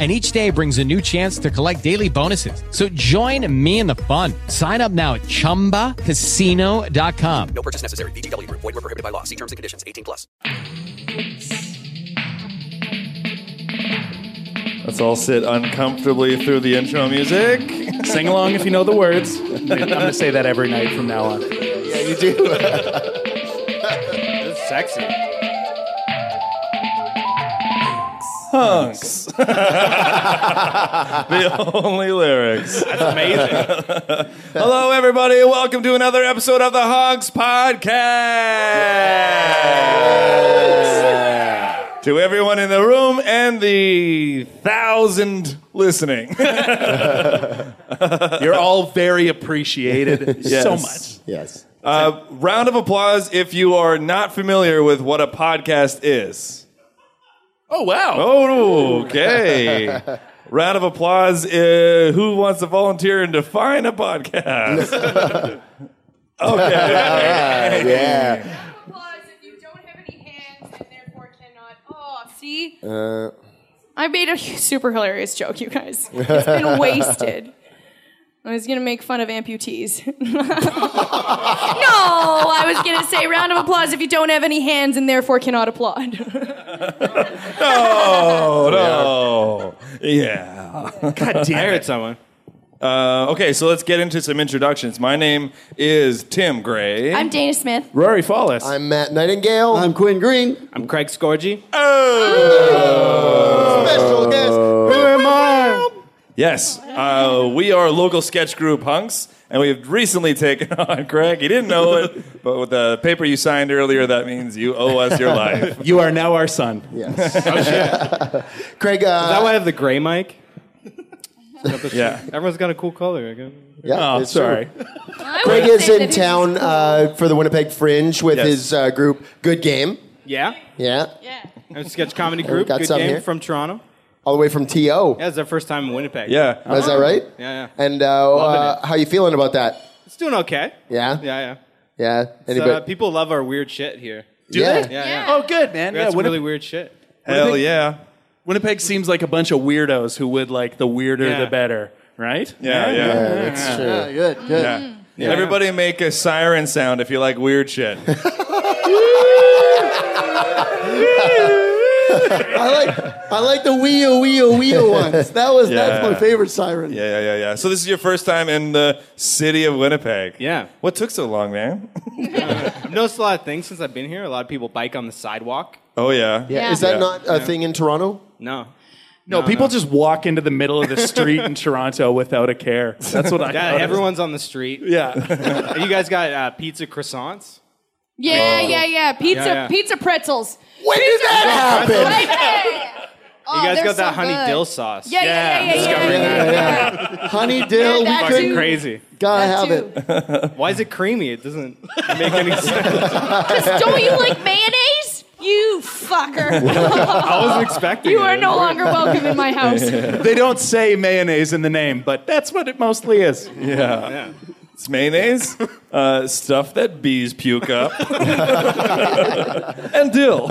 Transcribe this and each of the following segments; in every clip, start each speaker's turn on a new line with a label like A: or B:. A: and each day brings a new chance to collect daily bonuses. So join me in the fun. Sign up now at ChumbaCasino.com.
B: No purchase necessary. VGW Group. Void were prohibited by law. See terms and conditions. 18 plus.
C: Let's all sit uncomfortably through the intro music. Sing along if you know the words.
D: I'm going to say that every night from now on.
C: Yeah, you do.
D: That's sexy.
C: Hunks. the only lyrics.
D: Amazing.
C: Hello, everybody. Welcome to another episode of the Honks Podcast. To everyone in the room and the thousand listening.
D: You're all very appreciated so much.
E: Yes.
C: Uh, round of applause if you are not familiar with what a podcast is.
D: Oh, wow.
C: Oh, okay. Round of applause. Uh, who wants to volunteer and define a podcast? okay.
E: Yeah.
F: applause if you don't have any hands and therefore cannot. Oh, see? Uh, I made a super hilarious joke, you guys. It's been wasted. I was gonna make fun of amputees. no, I was gonna say round of applause if you don't have any hands and therefore cannot applaud.
C: Oh, no. Yeah.
D: God damn I heard someone.
C: Uh, okay, so let's get into some introductions. My name is Tim Gray.
F: I'm Dana Smith.
D: Rory Fallis. I'm,
E: I'm Matt Nightingale. I'm Quinn Green.
D: Craig Scorgi.
E: Special guest.
C: Oh. Yes, uh, we are local sketch group hunks, and we've recently taken on Craig. He didn't know it, but with the paper you signed earlier, that means you owe us your life.
D: You are now our son. Is
E: Yes. Craig. Uh,
D: that why I have the gray mic?
C: Yeah,
D: Everyone's got a cool color. I guess.
E: yeah,
D: Oh,
E: it's
D: sorry.
E: true. Craig is in town uh, for the Winnipeg Fringe with
C: Yes.
E: his uh, group Good Game.
D: Yeah.
E: Yeah.
F: Yeah.
D: I'm a sketch comedy
E: we
D: group.
E: got
D: Good
E: some
D: game
E: here.
D: from Toronto.
E: All the way from TO.
D: Yeah, it's our first time in Winnipeg.
C: yeah. Uh-huh.
E: Is that right?
D: Yeah, yeah.
E: And uh,
D: Loving
E: uh, how you feeling about that?
D: It's doing okay.
E: Yeah.
D: Yeah, yeah.
E: Yeah.
D: So,
E: Anybody?
D: uh, people love our weird shit here.
E: yeah.
D: Yeah, yeah.
F: Yeah.
D: Oh, good, man. That's really weird shit.
C: Hell yeah.
G: Winnipeg seems like a bunch of weirdos who would like the weirder
D: Yeah.
G: the better, right?
C: Yeah, yeah.
E: That's true.
G: good, good.
C: yeah. Everybody make a siren sound if you like weird shit.
E: I like I like the wheel wheel wheel ones. That was that's
C: Yeah.
E: my favorite siren.
C: Yeah, yeah, yeah, yeah. So this is your first time in the city of Winnipeg.
D: Yeah.
C: What took so long, man?
D: I've noticed a lot of things since I've been here. A lot of people bike on the sidewalk.
C: Oh yeah.
E: Yeah, Is that
C: Yeah.
E: not a thing in Toronto?
D: No.
G: No, people just walk into the middle of the street in
C: Oh,
G: Toronto without a care. That's what I.
D: Yeah,
G: noticed.
D: everyone's on the street.
G: Yeah.
D: Have you guys got uh, pizza croissants?
E: Oh.
F: Yeah, yeah, yeah. Pizza
D: Yeah, yeah.
F: pizza pretzels.
E: When did that happen?
F: Right there. Oh,
D: You guys
F: they're
D: got that
F: so
D: honey
F: good.
D: dill sauce.
F: Yeah, yeah, yeah, yeah. yeah, yeah, yeah,
E: Honey dill,
F: Yeah,
E: we
F: that
D: Fucking
F: too.
E: couldn't
D: crazy.
E: gotta
F: That
E: have
F: too.
E: it.
D: Why is it creamy? It doesn't make any sense.
F: Don't you like mayonnaise? You fucker.
D: I wasn't expecting
F: you
D: it.
F: are no longer welcome in my house.
G: they don't say mayonnaise in the name, but that's what it mostly is.
C: Yeah.
D: Yeah.
C: It's mayonnaise, uh, stuff that bees puke up, and dill.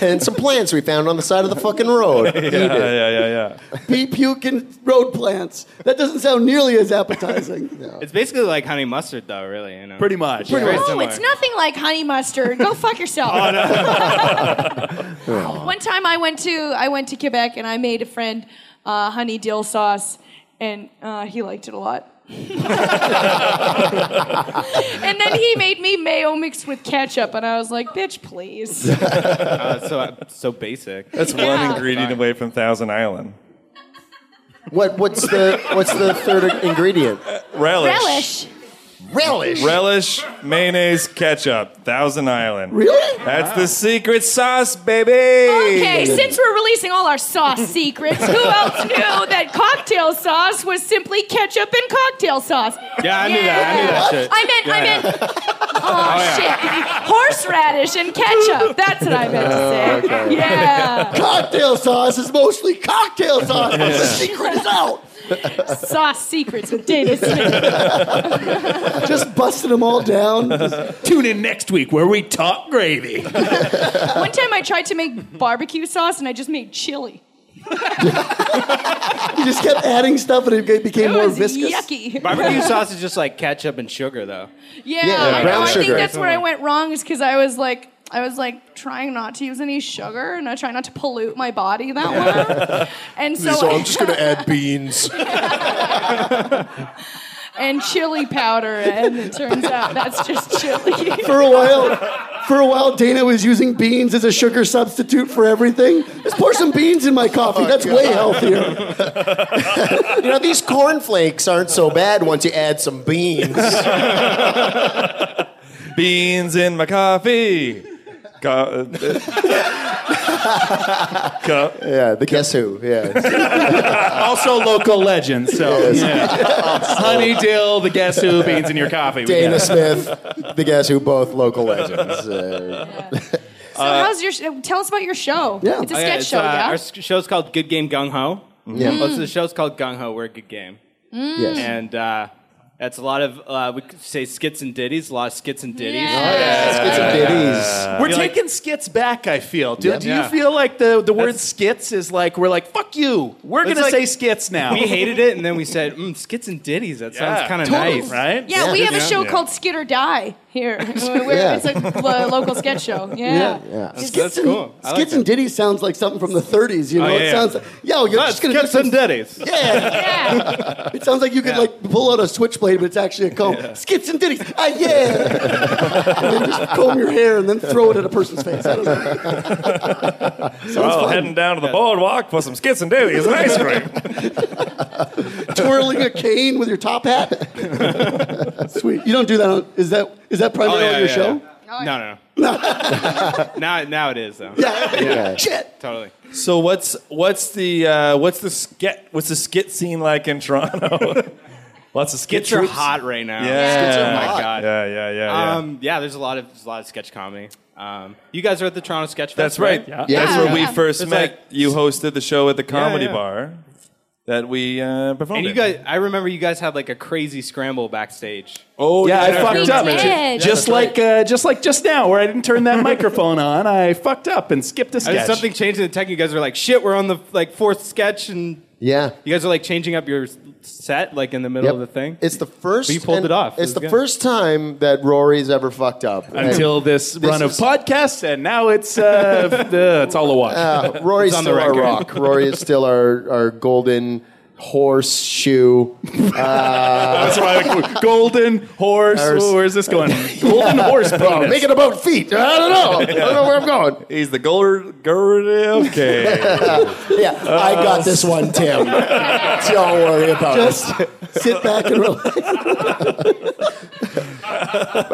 E: And some plants we found on the side of the fucking road.
C: Yeah, yeah, yeah, yeah.
E: Pea puking road plants. That doesn't sound nearly as appetizing. No.
D: It's basically like honey mustard, though, really. You know?
G: Pretty much.
D: Pretty
G: Yeah.
D: much
F: No,
D: similar.
F: it's nothing like honey mustard. Go fuck yourself.
D: Oh,
F: One time I went to I went to Quebec and I made a friend uh, honey dill sauce, and uh, he liked it a lot. And then he made me mayo mixed with ketchup, and I was like, bitch, please.
C: uh,
D: so so basic.
C: That's
F: Yeah.
C: one ingredient away from Thousand Island.
H: What what's the what's the third ingredient?
C: Relish.
I: Relish.
H: Relish.
C: Relish, mayonnaise, ketchup, Thousand Island.
H: Really?
C: That's the secret sauce, baby.
F: Okay, since we're releasing all our sauce secrets, who else knew that cocktail sauce was simply ketchup and cocktail sauce?
D: Yeah, I knew that. I knew that shit.
F: I meant, I
D: Yeah.
F: meant, oh, shit, horseradish and ketchup. That's what I meant to say. Yeah,
H: Cocktail sauce is mostly cocktail sauce.
F: Yeah.
H: The secret is out.
F: sauce secrets with David Smith.
H: Just busting them all down.
J: Tune in next week where we talk gravy.
F: One time I tried to make barbecue sauce and I just made chili.
H: You just kept adding stuff and it became
F: It
H: more
F: was
H: viscous.
F: yucky.
D: Barbecue sauce is just like ketchup and sugar, though.
F: Yeah,
D: Yeah,
F: I,
D: brown
F: know, I think
D: sugar.
F: that's where
H: Oh.
F: I went wrong is because I was like, I was like trying not to use any sugar and I try not to pollute my body that way. And so, I-
K: I'm just going to add beans.
F: and chili powder, and it turns out that's just chili.
H: For a while, for a while, Dana was using beans as a sugar substitute for everything. Just pour some beans in my coffee. That's way healthier. you know, these cornflakes aren't so bad once you add some beans.
C: Beans in my coffee. uh, Co- Co-
H: yeah, the guess who. Yeah.
A: also local legend. So yeah. honey dill, the guess who beans in your coffee. We
H: Dana
A: got it.
H: Smith, the guess who, both local legends. Uh,
F: So how's your? sh- Tell us about your show. it's a
D: Oh,
F: sketch
D: it's,
F: show.
D: uh,
F: yeah.
D: Our s- show's called Good Game Gung Ho.
H: Yeah.
J: Mm.
D: Well, so the show's called Gung Ho. We're a good game.
F: Mm. Yes.
D: And uh, that's a lot of uh, we could say skits and ditties. A lot of skits and ditties.
K: Yeah. Yeah, skits and ditties.
J: We're
D: Be like-
J: taking skits back, I feel. Do,
D: Yep.
J: do you
D: Yeah.
J: feel like the, the word skits is like, we're like, fuck you. We're going
D: It's
J: to
D: like-
J: say skits now.
D: We hated it, and then we said, mm, skits and ditties. That
J: Yeah.
D: sounds kind of
J: Totally.
D: nice,
J: Right?
F: yeah, we have a show called Skid or Die here. Where
H: Yeah.
F: It's a lo- local sketch show. Yeah.
H: yeah.
D: That's-
H: Skits,
D: that's
H: and,
D: cool. I like
H: skits and ditties sounds like something from the 30s. You know,
D: Oh,
H: it
D: yeah.
H: sounds like, yo, you're just gonna do
D: skits
H: some
D: and ditties.
H: It sounds like you could like pull out a switchblade, but it's actually a comb. Skits and ditties. Ah, yeah. and then just comb your hair and then throw it at a person's face. I don't know.
C: well,
H: fun.
C: Oh, heading down to the boardwalk for some skits and ditties and ice cream.
H: Twirling a cane with your top hat. Sweet. You don't do that. On, is that is that
C: Oh,
H: primarily
D: yeah,
H: your
D: yeah,
H: show?
D: yeah. No, no, no. now, now it is though.
H: Yeah. Yeah. Shit.
D: Totally.
C: So what's what's the uh, what's the skit what's the skit scene like in Toronto? Lots of skit
D: Skits are
C: troops?
D: hot right now.
C: Yeah.
D: Skits are hot.
C: Oh my god. Yeah, yeah, yeah. yeah.
D: Um, yeah, there's a lot of there's a lot of sketch comedy. Um, you guys are at the Toronto Sketch Fest.
C: That's right. That's where we first
D: It's
C: met.
D: like-
C: you hosted the show at the comedy
D: yeah.
C: bar that we uh, performed.
D: and you
C: in.
D: guys, I remember you guys had like a crazy scramble backstage.
C: Oh
A: yeah, I
D: We
A: fucked up.
D: did.
A: Ju-
D: Yeah,
A: Just
D: that's right.
A: like uh, just like just now, where I didn't turn that microphone on, I fucked up and skipped a
D: I mean,
A: sketch.
D: something changed in the tech. You guys were like, "Shit, we're on the like fourth sketch," and
H: Yeah.
D: you guys are like changing up your s- set like in the middle
H: Yep.
D: of the thing.
H: It's the first.
D: But you pulled
H: and
D: it off. It
H: It's
D: was
H: the
D: good.
H: first time that Rory's ever fucked up
A: Until
H: And
A: this, run
H: is-
A: of podcasts, and now it's uh, f- uh, it's all a wash.
H: Uh, Rory's
A: It's on the
H: still our
A: record.
H: rock. Rory is still our, our golden horse shoe. Uh,
A: That's why golden horse.
H: Horse.
A: oh, where's this going? Golden horse.
H: Bro,
A: penis.
H: make it about feet. I don't know. I don't know where I'm going.
C: He's the gold girl. Okay.
H: yeah, I got this one, Tim. Don't worry about Just it. Just sit back and relax.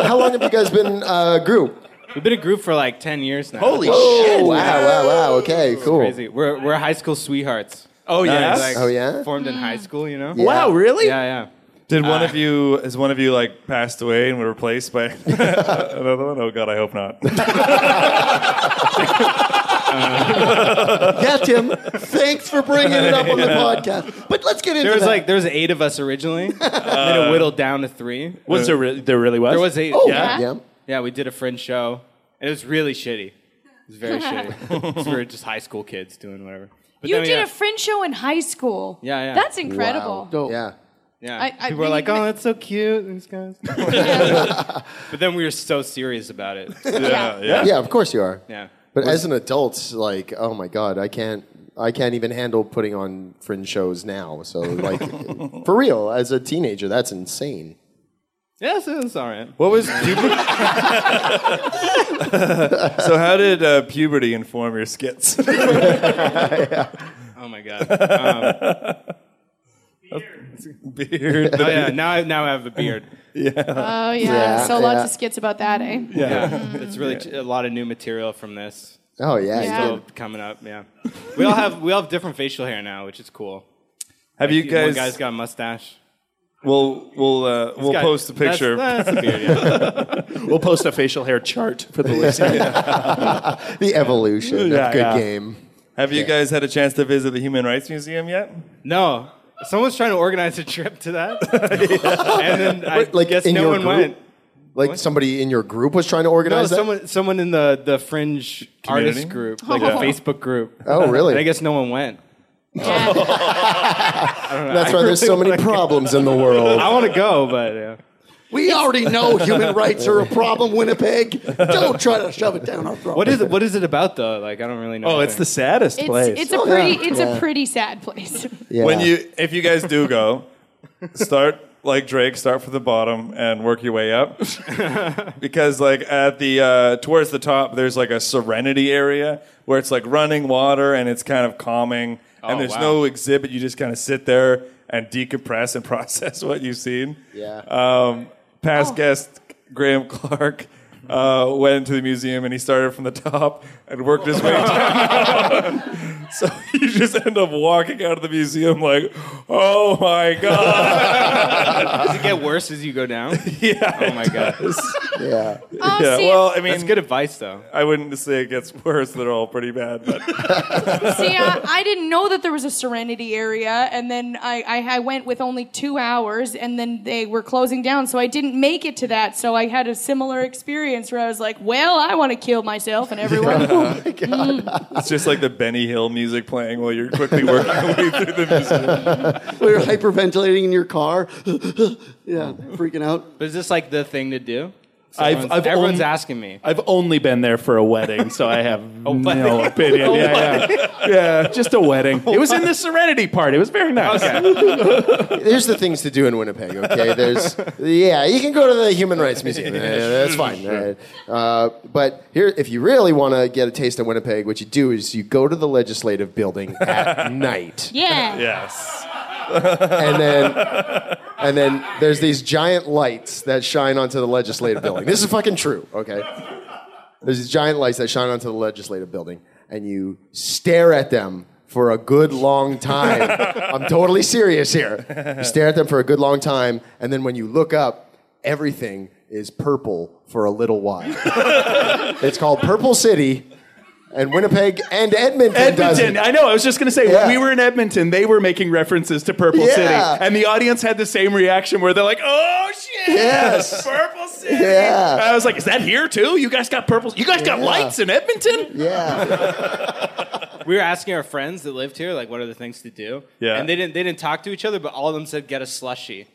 H: How long have you guys been uh, group?
D: We've been a group for like ten years now.
H: Holy shit. Wow, wow, wow. Okay, cool.
D: Crazy. We're we're high school sweethearts.
H: Oh,
D: yeah.
H: yes? Oh, yeah?
D: Formed in high school, you know.
H: Yeah. Wow,
D: really? Yeah, yeah.
C: Did one
A: Ah.
D: Uh,
C: of you is one of you like passed away and were replaced by another one? Oh god, I hope not.
H: Yeah, Tim. Thanks for bringing it up on the podcast. But let's get into
D: There was
H: that.
D: like there was eight of us originally, and then it whittled down to three.
A: Was there re- there really was?
D: There was eight.
A: Oh,
D: yeah.
A: yeah.
D: yeah, We did a fringe show, and it was really shitty. It was very shitty. It's for just high school kids doing whatever. But
F: you
D: then we
F: did
D: got-
F: a fringe show in high school.
D: Yeah, yeah.
F: That's incredible.
H: Yeah.
D: Yeah.
F: I- I
D: People were
F: think
D: like,
F: it
D: "Oh,
F: ma-
D: that's so cute." These guys. but then we were so serious about it.
H: yeah, of course you are.
D: Yeah.
H: But as an adult, like, oh my god, I can't. I can't even handle putting on fringe shows now. So, like, for real, as a teenager, that's insane.
D: Yes, it's all right.
C: What was puberty? so how did uh, puberty inform your skits?
D: Oh my god. Um,
C: Beard.
D: Oh yeah. Now I now I have a beard.
C: yeah.
F: Oh yeah. so lots of skits about that, eh?
D: Yeah. It's really ch- a lot of new material from this.
H: Oh, yeah, you
D: Still coming up. Yeah. We all have we all have different facial hair now, which is cool.
C: Have you
D: One
C: guys-
D: guy's got a mustache.
C: We'll we'll uh, we'll
D: got-
C: post a picture.
D: that's- that's a beard, yeah.
J: we'll post a facial hair chart for the listener.
H: the evolution of good game.
C: Have you guys had a chance to visit the Human Rights Museum yet?
D: No. Someone's trying to organize a trip to that, and then I
H: Wait, like
D: guess
H: in
D: no
H: your
D: one
H: group?
D: went.
H: Like somebody in your group was trying to organize that.
D: no, someone someone in the the fringe
H: Community?
D: artist group, like
H: Oh.
D: a Facebook group.
H: Oh, really?
D: And I guess no one went. I don't know.
H: That's
D: I
H: why there's
D: really
H: so many
D: wanna go.
H: problems in the world.
D: I want to go, but yeah.
E: We already know human rights are a problem, Winnipeg. Don't try to shove it down our throat.
D: What is it? What is it about though? Like I don't really know.
C: Oh, it's the saddest
F: It's it's a pretty
H: Oh,
F: it's a pretty sad place.
C: When you if you guys do go, start like Drake, start from the bottom and work your way up. because like at the uh, towards the top there's like a serenity area where it's like running water and it's kind of calming
A: Oh,
C: and there's
A: wow.
C: no exhibit you just kind of sit there and decompress and process what you've seen
A: Yeah.
C: um, past guest graham clark uh, went into the museum and he started from the top and worked his way down so you just end up walking out of the museum like oh my god
D: Does it get worse as you go down?
C: yeah
D: Oh my god.
H: yeah.
C: Oh, Yeah, see- well, I
D: that's
C: mean-
D: good advice though.
C: I wouldn't say it gets worse. They're all pretty bad. But
F: See, I, I didn't know that there was a Serenity area, and then I, I, I went with only two hours, and then they were closing down, so I didn't make it to that. So I had a similar experience where I was like, "Well, I want to kill myself and everyone."
C: it's just like the Benny Hill music playing while you're quickly working your way through the museum.
E: When you're hyperventilating in your car, yeah, freaking out.
D: But is this like the thing to do?
J: I've,
D: Everyone's-
J: I've
D: everyone's
J: only-
D: asking me.
J: I've only been there for a wedding, so I have no
D: wedding.
J: opinion.
D: A
J: Yeah, yeah, yeah, just a wedding. It was in the Serenity part. It was very nice.
H: There's the things to do in Winnipeg. Okay, there's yeah, you can go to the Human Rights Museum. Yeah, that's fine. all right. Uh, but here, if you really want to get a taste of Winnipeg, what you do is you go to the Legislative Building at night,
I: Yeah.
C: Yes.
H: and then and then there's these giant lights that shine onto the Legislative Building. This is fucking true. Okay, there's these giant lights that shine onto the Legislative Building, and you stare at them. For a good long time. I'm totally serious here. You stare at them for a good long time, and then when you look up, everything is purple for a little while. it's called Purple City, and Winnipeg and Edmonton. does
J: Edmonton.
H: it.
J: I know. I was just going to say,
H: Yeah.
J: when we were in Edmonton, they were making references to Purple
H: Yeah.
J: City. And the audience had the same reaction where they're like, oh, shit.
H: Yes.
J: Purple City.
H: Yeah.
J: I was like, is that here too? You guys got purple. You guys got
D: Yeah.
J: lights in Edmonton?
H: Yeah.
D: We were asking our friends that lived here, like, what are the things to do?
J: Yeah.
D: And they didn't they didn't talk to each other, but all of them said get a slushy.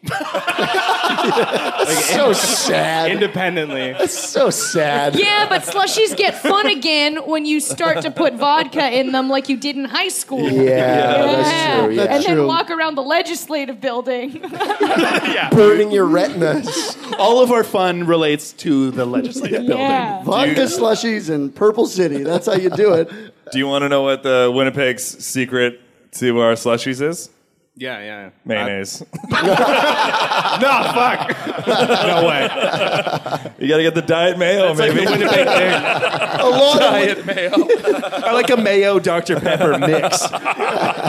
H: so sad.
D: Independently.
H: That's so sad.
F: yeah, but slushies get fun again when you start to put vodka in them, like you did in high school.
H: Yeah, that's true. Yeah.
F: and
H: True.
F: then walk around the legislative building.
H: Burning your retinas.
J: All of our fun relates to the legislative building.
E: Vodka slushies and Purple City. That's how you do it.
C: Do you want to know what the Winnipeg's secret to our slushies is?
D: Yeah, yeah.
C: Mayonnaise.
D: no, fuck.
C: no way. you got to get the diet mayo, maybe.
J: a
E: lot of
J: diet mayo. or like a mayo Dr. Pepper mix.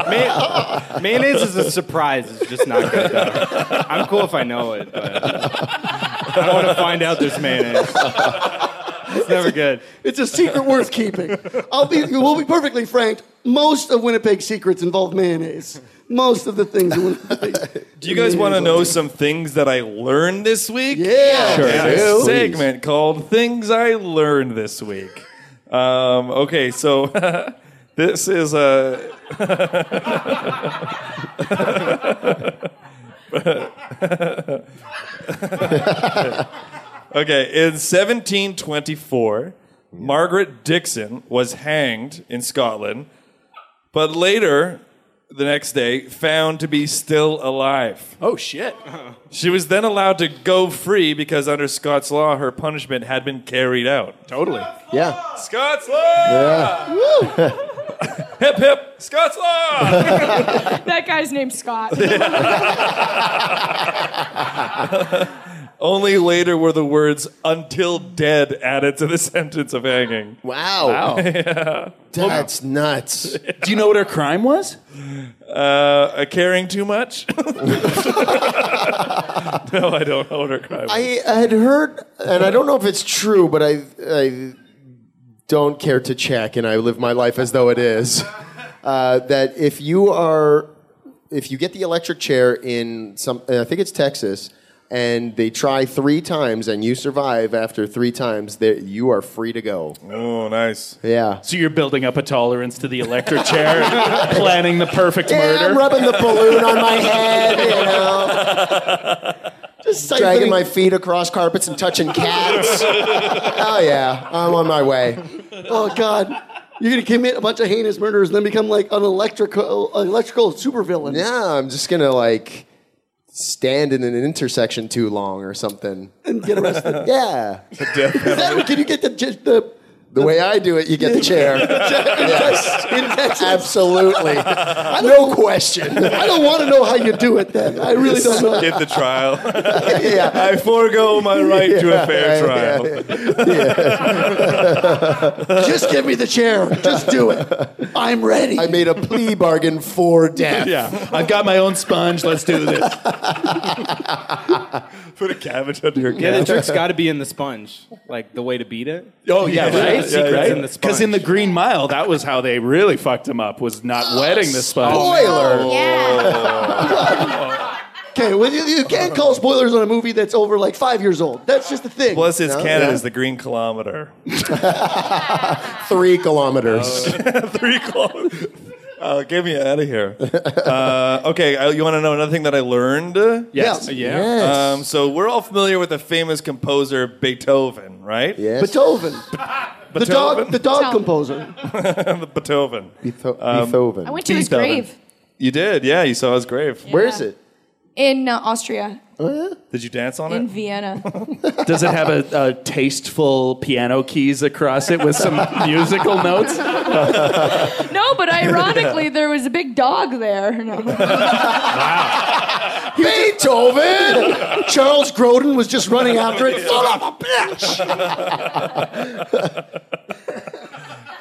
D: May- mayonnaise is a surprise. It's just not good, though. I'm cool if I know it, but I want to find out there's mayonnaise. It's never good.
E: It's a secret worth keeping. I'll be, we'll be perfectly frank. Most of Winnipeg's secrets involve mayonnaise. Most of the things. in Winnipeg.
C: Do you guys want to know some things that I learned this week?
E: Yeah. Sure
C: Yeah,
E: do.
C: a segment called "Things I Learned This Week." Um, okay, so this is a. okay, in 1724, Margaret Dixon was hanged in Scotland but later the next day found to be still alive.
A: Oh shit.
C: She was then allowed to go free because under Scots law, her punishment had been carried out.
A: Totally.
H: Yeah.
C: Scots law!
H: Yeah.
C: hip hip! Scots law!
F: that guy's name's Scott.
C: Only later were the words until dead added to the sentence of hanging.
H: Wow.
A: Wow.
C: yeah.
H: That's nuts.
A: Do you know what her crime was?
C: Uh, caring too much? no, I don't know what her crime was.
H: I had heard, and I don't know if it's true, but I, I don't care to check, and I live my life as though it is. Uh, that if you are, if you get the electric chair in some, and I think it's Texas, and they try three times, and you survive after three times, that you are free to go.
C: Oh, nice.
H: Yeah.
A: So you're building up a tolerance to the electric chair, and planning the perfect
H: Yeah,
A: murder.
H: I'm rubbing the balloon on my head, you know. Just dragging my feet across carpets and touching cats. oh yeah, I'm on my way.
E: Oh God, you're gonna commit a bunch of heinous murders and then become like an electrical electrical supervillain.
H: Yeah, I'm just gonna like stand in an intersection too long or something.
E: and get arrested.
H: Yeah.
E: Is that- can you get the the
H: The way I do it, you get the chair. Yes. Absolutely. No question.
E: I don't want to know how you do it then. I really don't know.
C: Get the trial.
H: yeah.
C: I forego my right to a fair trial.
E: Just give me the chair. Just do it. I'm ready.
H: I made a plea bargain for death.
A: yeah. I've got my own sponge. Let's do this.
C: Put a cabbage under your
D: Yeah, the
C: cap.
D: trick's got to be in the sponge. Like the way to beat it.
A: Oh yeah, right.
D: The secret's in the
A: Because in the Green Mile, that was how they really fucked him up. Was not wetting the sponge.
D: Oh,
H: Spoiler.
E: Okay, well, you, you can't call spoilers on a movie that's over like five years old. That's just the thing.
C: Plus, it's Canada's the green kilometer.
H: Three kilometers.
C: Three kilometers. Uh, get me out of here. Uh, okay, I, you want to know another thing that I learned?
A: Yes. Yeah. Yes.
C: Um, so we're all familiar with the famous composer Beethoven, right?
H: Yes.
E: Beethoven, the dog, the dog composer.
F: Beethoven.
C: Beethoven.
H: Beetho-
C: Um,
H: Beethoven.
F: I went to his
C: Beethoven.
F: grave
C: You did, yeah. You saw his grave.
H: Where is it?
F: in uh, Austria,
C: Did you dance on
F: in
C: it?
F: Vienna.
A: Does it have a, a uh, tasteful piano keys across it with some musical notes?
F: no, but ironically, there was a big dog there. No.
E: Beethoven. Charles Grodin was just running after it. Son of a bitch.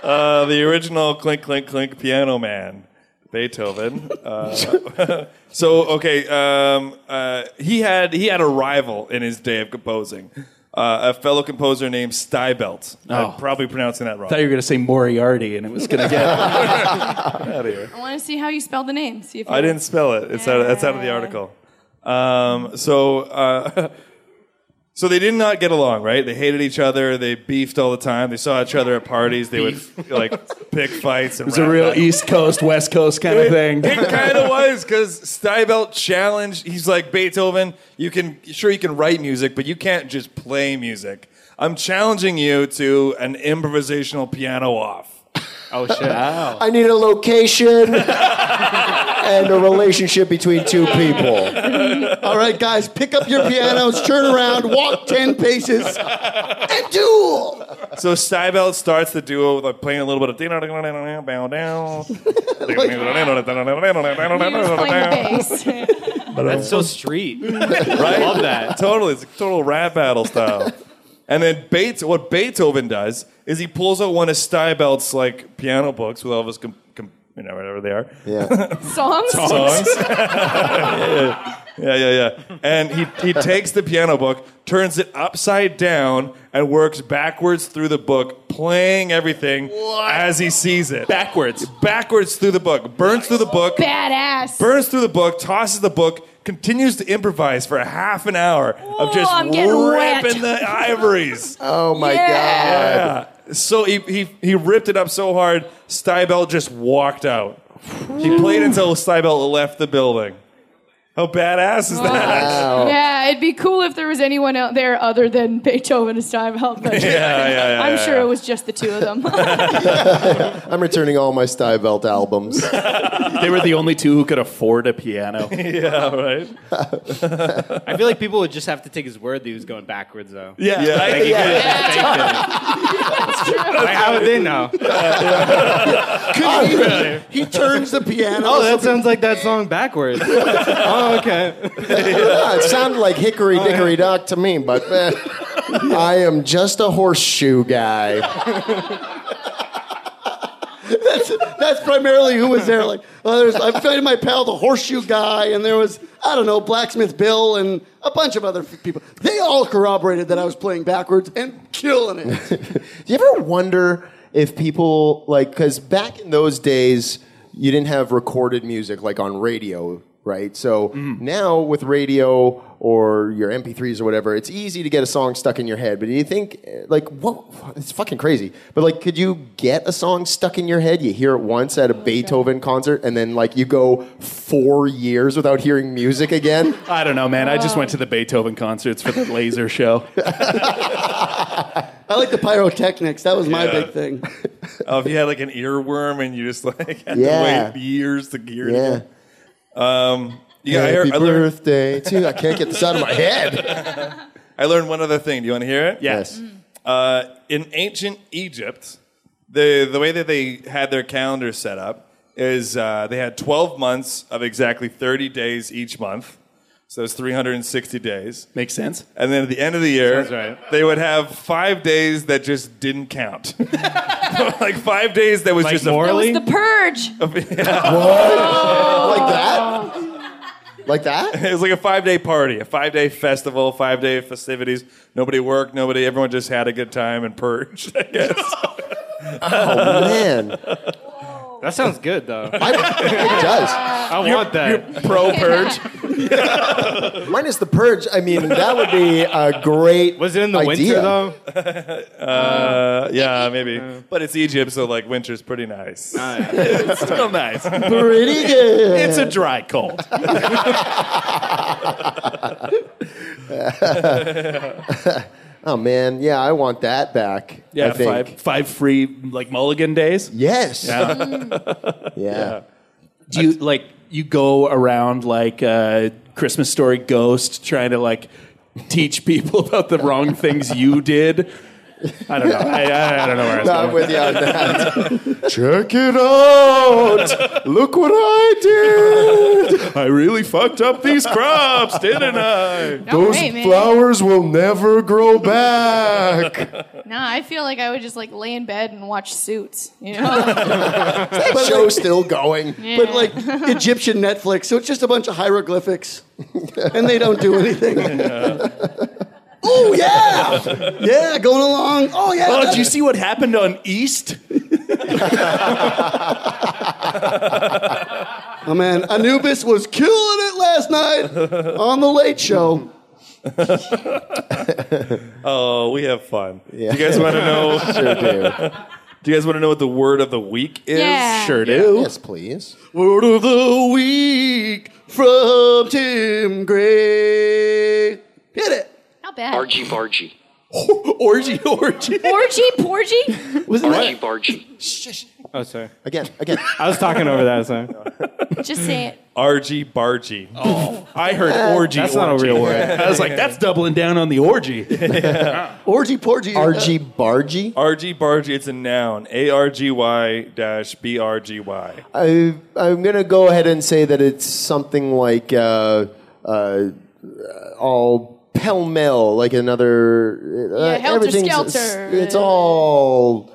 C: Uh, the original clink, clink, clink piano man, Beethoven. Uh, so okay, um, uh, he had he had a rival in his day of composing, uh, a fellow composer named Steibelt.
A: Oh.
C: I'm probably pronouncing that wrong.
A: I thought you were going to say Moriarty, and it was going to get.
C: Outta here.
F: I want to see how you spell the name. See if you
C: I didn't spell it. It's out of, that's out of the article. Um, so, uh, so they did not get along, right? They hated each other. They beefed all the time. They saw each other at parties. They would like pick fights. And
A: It's a real East Coast, West Coast kind of thing.
C: It kind of was because Steibelt challenged. He's like Beethoven. You can sure you can write music, but you can't just play music. I'm challenging you to an improvisational piano off.
A: Oh shit! Wow.
H: I need a location and a relationship between two people.
E: All right, guys, pick up your pianos, turn around, walk ten paces, and duel.
C: So Steibelt starts the duo with like playing a little bit of bow down.
F: was playing the bass.
D: That's so street.
C: Right?
D: Love that.
C: Totally. It's a total rap battle style. and then Beethoven, what Beethoven does is he pulls out one of Steibelt's like piano books with all of his, com- com- you know, whatever they are,
H: Yeah.
F: Songs?
C: songs. yeah, yeah, yeah. And he, he takes the piano book, turns it upside down, and works backwards through the book, playing everything as he sees it.
A: Backwards.
C: backwards through the book, burns through the book,
F: Badass.
C: burns through the book, tosses the book, continues to improvise for a half an hour of just
F: I'm getting wet.
C: ripping the ivories.
H: Oh my
F: Yeah.
H: god.
C: yeah. So he, he he ripped it up so hard, Steibel just walked out. He played until Steibel left the building. How badass is that?
F: yeah, yeah, it'd be cool if there was anyone out there other than Beethoven and Steinbeck. But
A: Yeah, yeah, yeah, yeah,
F: I'm sure
A: yeah.
F: it was just the two of them.
A: I'm returning all my Stiebelt albums.
L: they were the only two who could afford a piano.
D: yeah, right. I feel like people would just have to take his word that he was going backwards, though.
L: Yeah. Yeah.
D: Like, he
L: Yeah.
D: could've just faked it. Like, how would they know?
A: Oh,
M: he, he turns the piano.
D: Oh, that sounds like that song backwards. oh, okay.
A: Yeah, it sounded like Hickory Dickory Dock to me, but eh, I am just a horseshoe guy.
M: that's, that's primarily who was there. Like, well, there's, I'm finding my pal, the horseshoe guy, and there was, I don't know, Blacksmith Bill and a bunch of other f- people. They all corroborated that I was playing backwards and killing it.
A: Do you ever wonder if people like because back in those days you didn't have recorded music like on radio, right? So
L: Mm-hmm.
A: now with radio or your MP3s or whatever, it's easy to get a song stuck in your head. But do you think eh, like what? It's fucking crazy. But like, could you get a song stuck in your head? You hear it once
M: Oh,
A: at a Beethoven concert, and then like you go four years without hearing music again.
L: I don't know, man. I just went to the
M: Oh.
L: Beethoven concerts for the laser show.
M: I like the pyrotechnics. That was my
C: Yeah.
M: big thing.
C: Oh, if you had like an earworm and you just like had
M: Yeah.
C: to wait years to hear it.
A: Yeah.
C: again. Um, yeah, I, heard,
A: Happy
C: I learned
A: birthday to I can't get this out of my head.
C: I learned one other thing. Do you want to hear it?
A: Yes.
C: Uh, in ancient Egypt, the the way that they had their calendar set up is uh, they had 12 months of exactly 30 days each month. So it's 360 days.
L: Makes sense.
C: And then at the end of the year,
L: Sounds right.
C: they would have five days that just didn't count. like five days that was
L: Like
C: just
L: morally?
C: a
F: the purge.
A: Like that? Like that?
C: It was like a five day party, a five day festival, five day festivities. Nobody worked, nobody, everyone just had a good time and purged, I guess.
A: Oh man.
D: That sounds good, though.
A: it does.
D: I want that.
L: pro purge.
A: Minus the purge, I mean, that would be a great. Was it in
D: the winter,
C: though? Uh, yeah, maybe. But it's Egypt, so like winter's pretty nice.
L: it's still nice.
A: Pretty good.
L: It's a dry cold.
A: oh man, yeah, I want that back. I
L: Yeah,
A: think.
L: five five free like mulligan days.
A: Yes.
L: Yeah.
A: Yeah.
L: Do you like you go around like uh, Christmas story ghost trying to like teach people about the wrong things you did? I don't know. I, I, I don't know where I was
A: No,
L: going.
A: I'm with you on that. Check it out. Look what I did.
L: I really fucked up these crops, didn't I?
A: Those
F: way, man.
A: flowers will never grow back.
F: Nah, I feel like I would just like lay in bed and watch Suits. You know,
A: that show's still going.
M: But like Egyptian Netflix, so it's just a bunch of hieroglyphics, and they don't do anything. oh yeah, yeah, going along. Oh yeah.
L: Oh, did you see what happened on East?
M: Oh man, Anubis was killing it last night on the Late Show.
C: Oh, we have fun. Do you guys want to know?
A: Sure do.
C: Do you guys want to know what the word of the week is?
A: Yeah.
L: Sure do.
A: Yes, please.
M: Word of the week from Tim Gray. Hit it.
F: not bad.
N: bargy.
L: Orgy, orgy.
F: Orgy, porgy.
M: Was
N: Bargy, bargy.
D: Oh, sorry.
A: Again, again.
D: I was talking over that. Sorry.
F: Just say it.
C: Argy bargy.
L: Oh, I heard
A: Uh,
L: orgy.
D: That's not a
L: orgy.
D: real word.
L: I was like, that's doubling down on the orgy.
M: Orgy porgy.
A: Argy bargy.
C: Argy bargy. It's a noun. A R G Y dash B R G Y.
A: I, I'm going to go ahead and say that it's something like uh, uh, all pell mell, like another. Uh,
F: Yeah, helter
A: everything's-
F: skelter.
A: It's all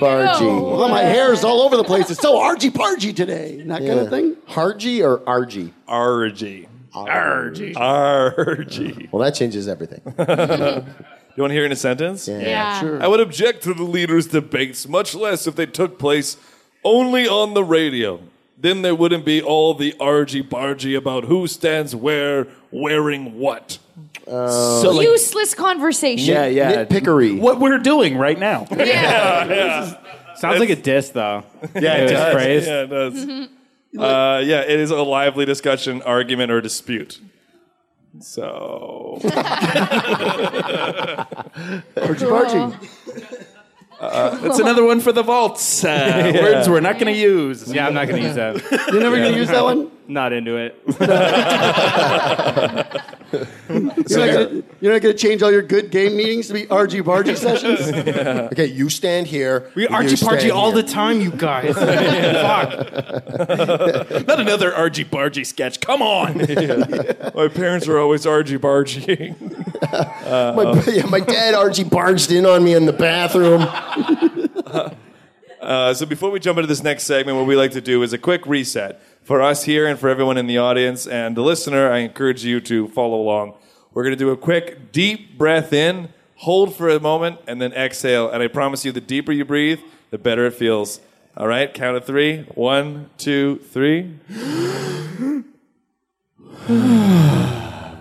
A: argy
F: below.
A: bargy.
M: Well, my hair's all over the place. It's so argy pargy today. That kind
A: Yeah.
M: of thing.
A: Hargy or argy?
C: Argy.
L: Orgy.
C: Argy.
A: Well, that changes everything.
C: You want to hear it in a sentence? Yeah,
F: Yeah. sure.
C: I would object to the leaders' debates, much less if they took place only on the radio. Then there wouldn't be all the argy bargy about who stands where, wearing what.
L: So, like-
F: Useless conversation.
L: yeah, yeah.
A: Nitpickery.
L: What we're doing right now.
D: Sounds like a diss, though.
L: Yeah, it
D: was
L: does.
D: phrased.
C: Yeah, it does. Uh, yeah, it is a lively discussion, argument, or dispute. So.
H: Archie Bargy.
F: Oh.
A: Uh, that's another one for the vaults. Uh,
D: Yeah.
A: Words we're not going to use.
D: Yeah, I'm not going to use that.
A: You're
H: never gonna use that one?
D: Not into it.
E: You're not gonna- you're not going to change all your good game meetings to be RG Bargy sessions?
H: Okay, you stand here.
E: We
H: you
E: Archie
H: stand
E: Pargy all
H: here.
E: the time, you guys.
A: not another argy bargy sketch. Come on.
C: My parents were always argy bargying.
H: my, yeah, my dad Archie barged in on me in the bathroom.
C: Uh, so before we jump into this next segment, what we like to do is a quick reset for us here and for everyone in the audience and the listener. I encourage you to follow along. We're going to do a quick deep breath in, hold for a moment, and then exhale. And I promise you, the deeper you breathe, the better it feels. All right, count of three. One, two, three.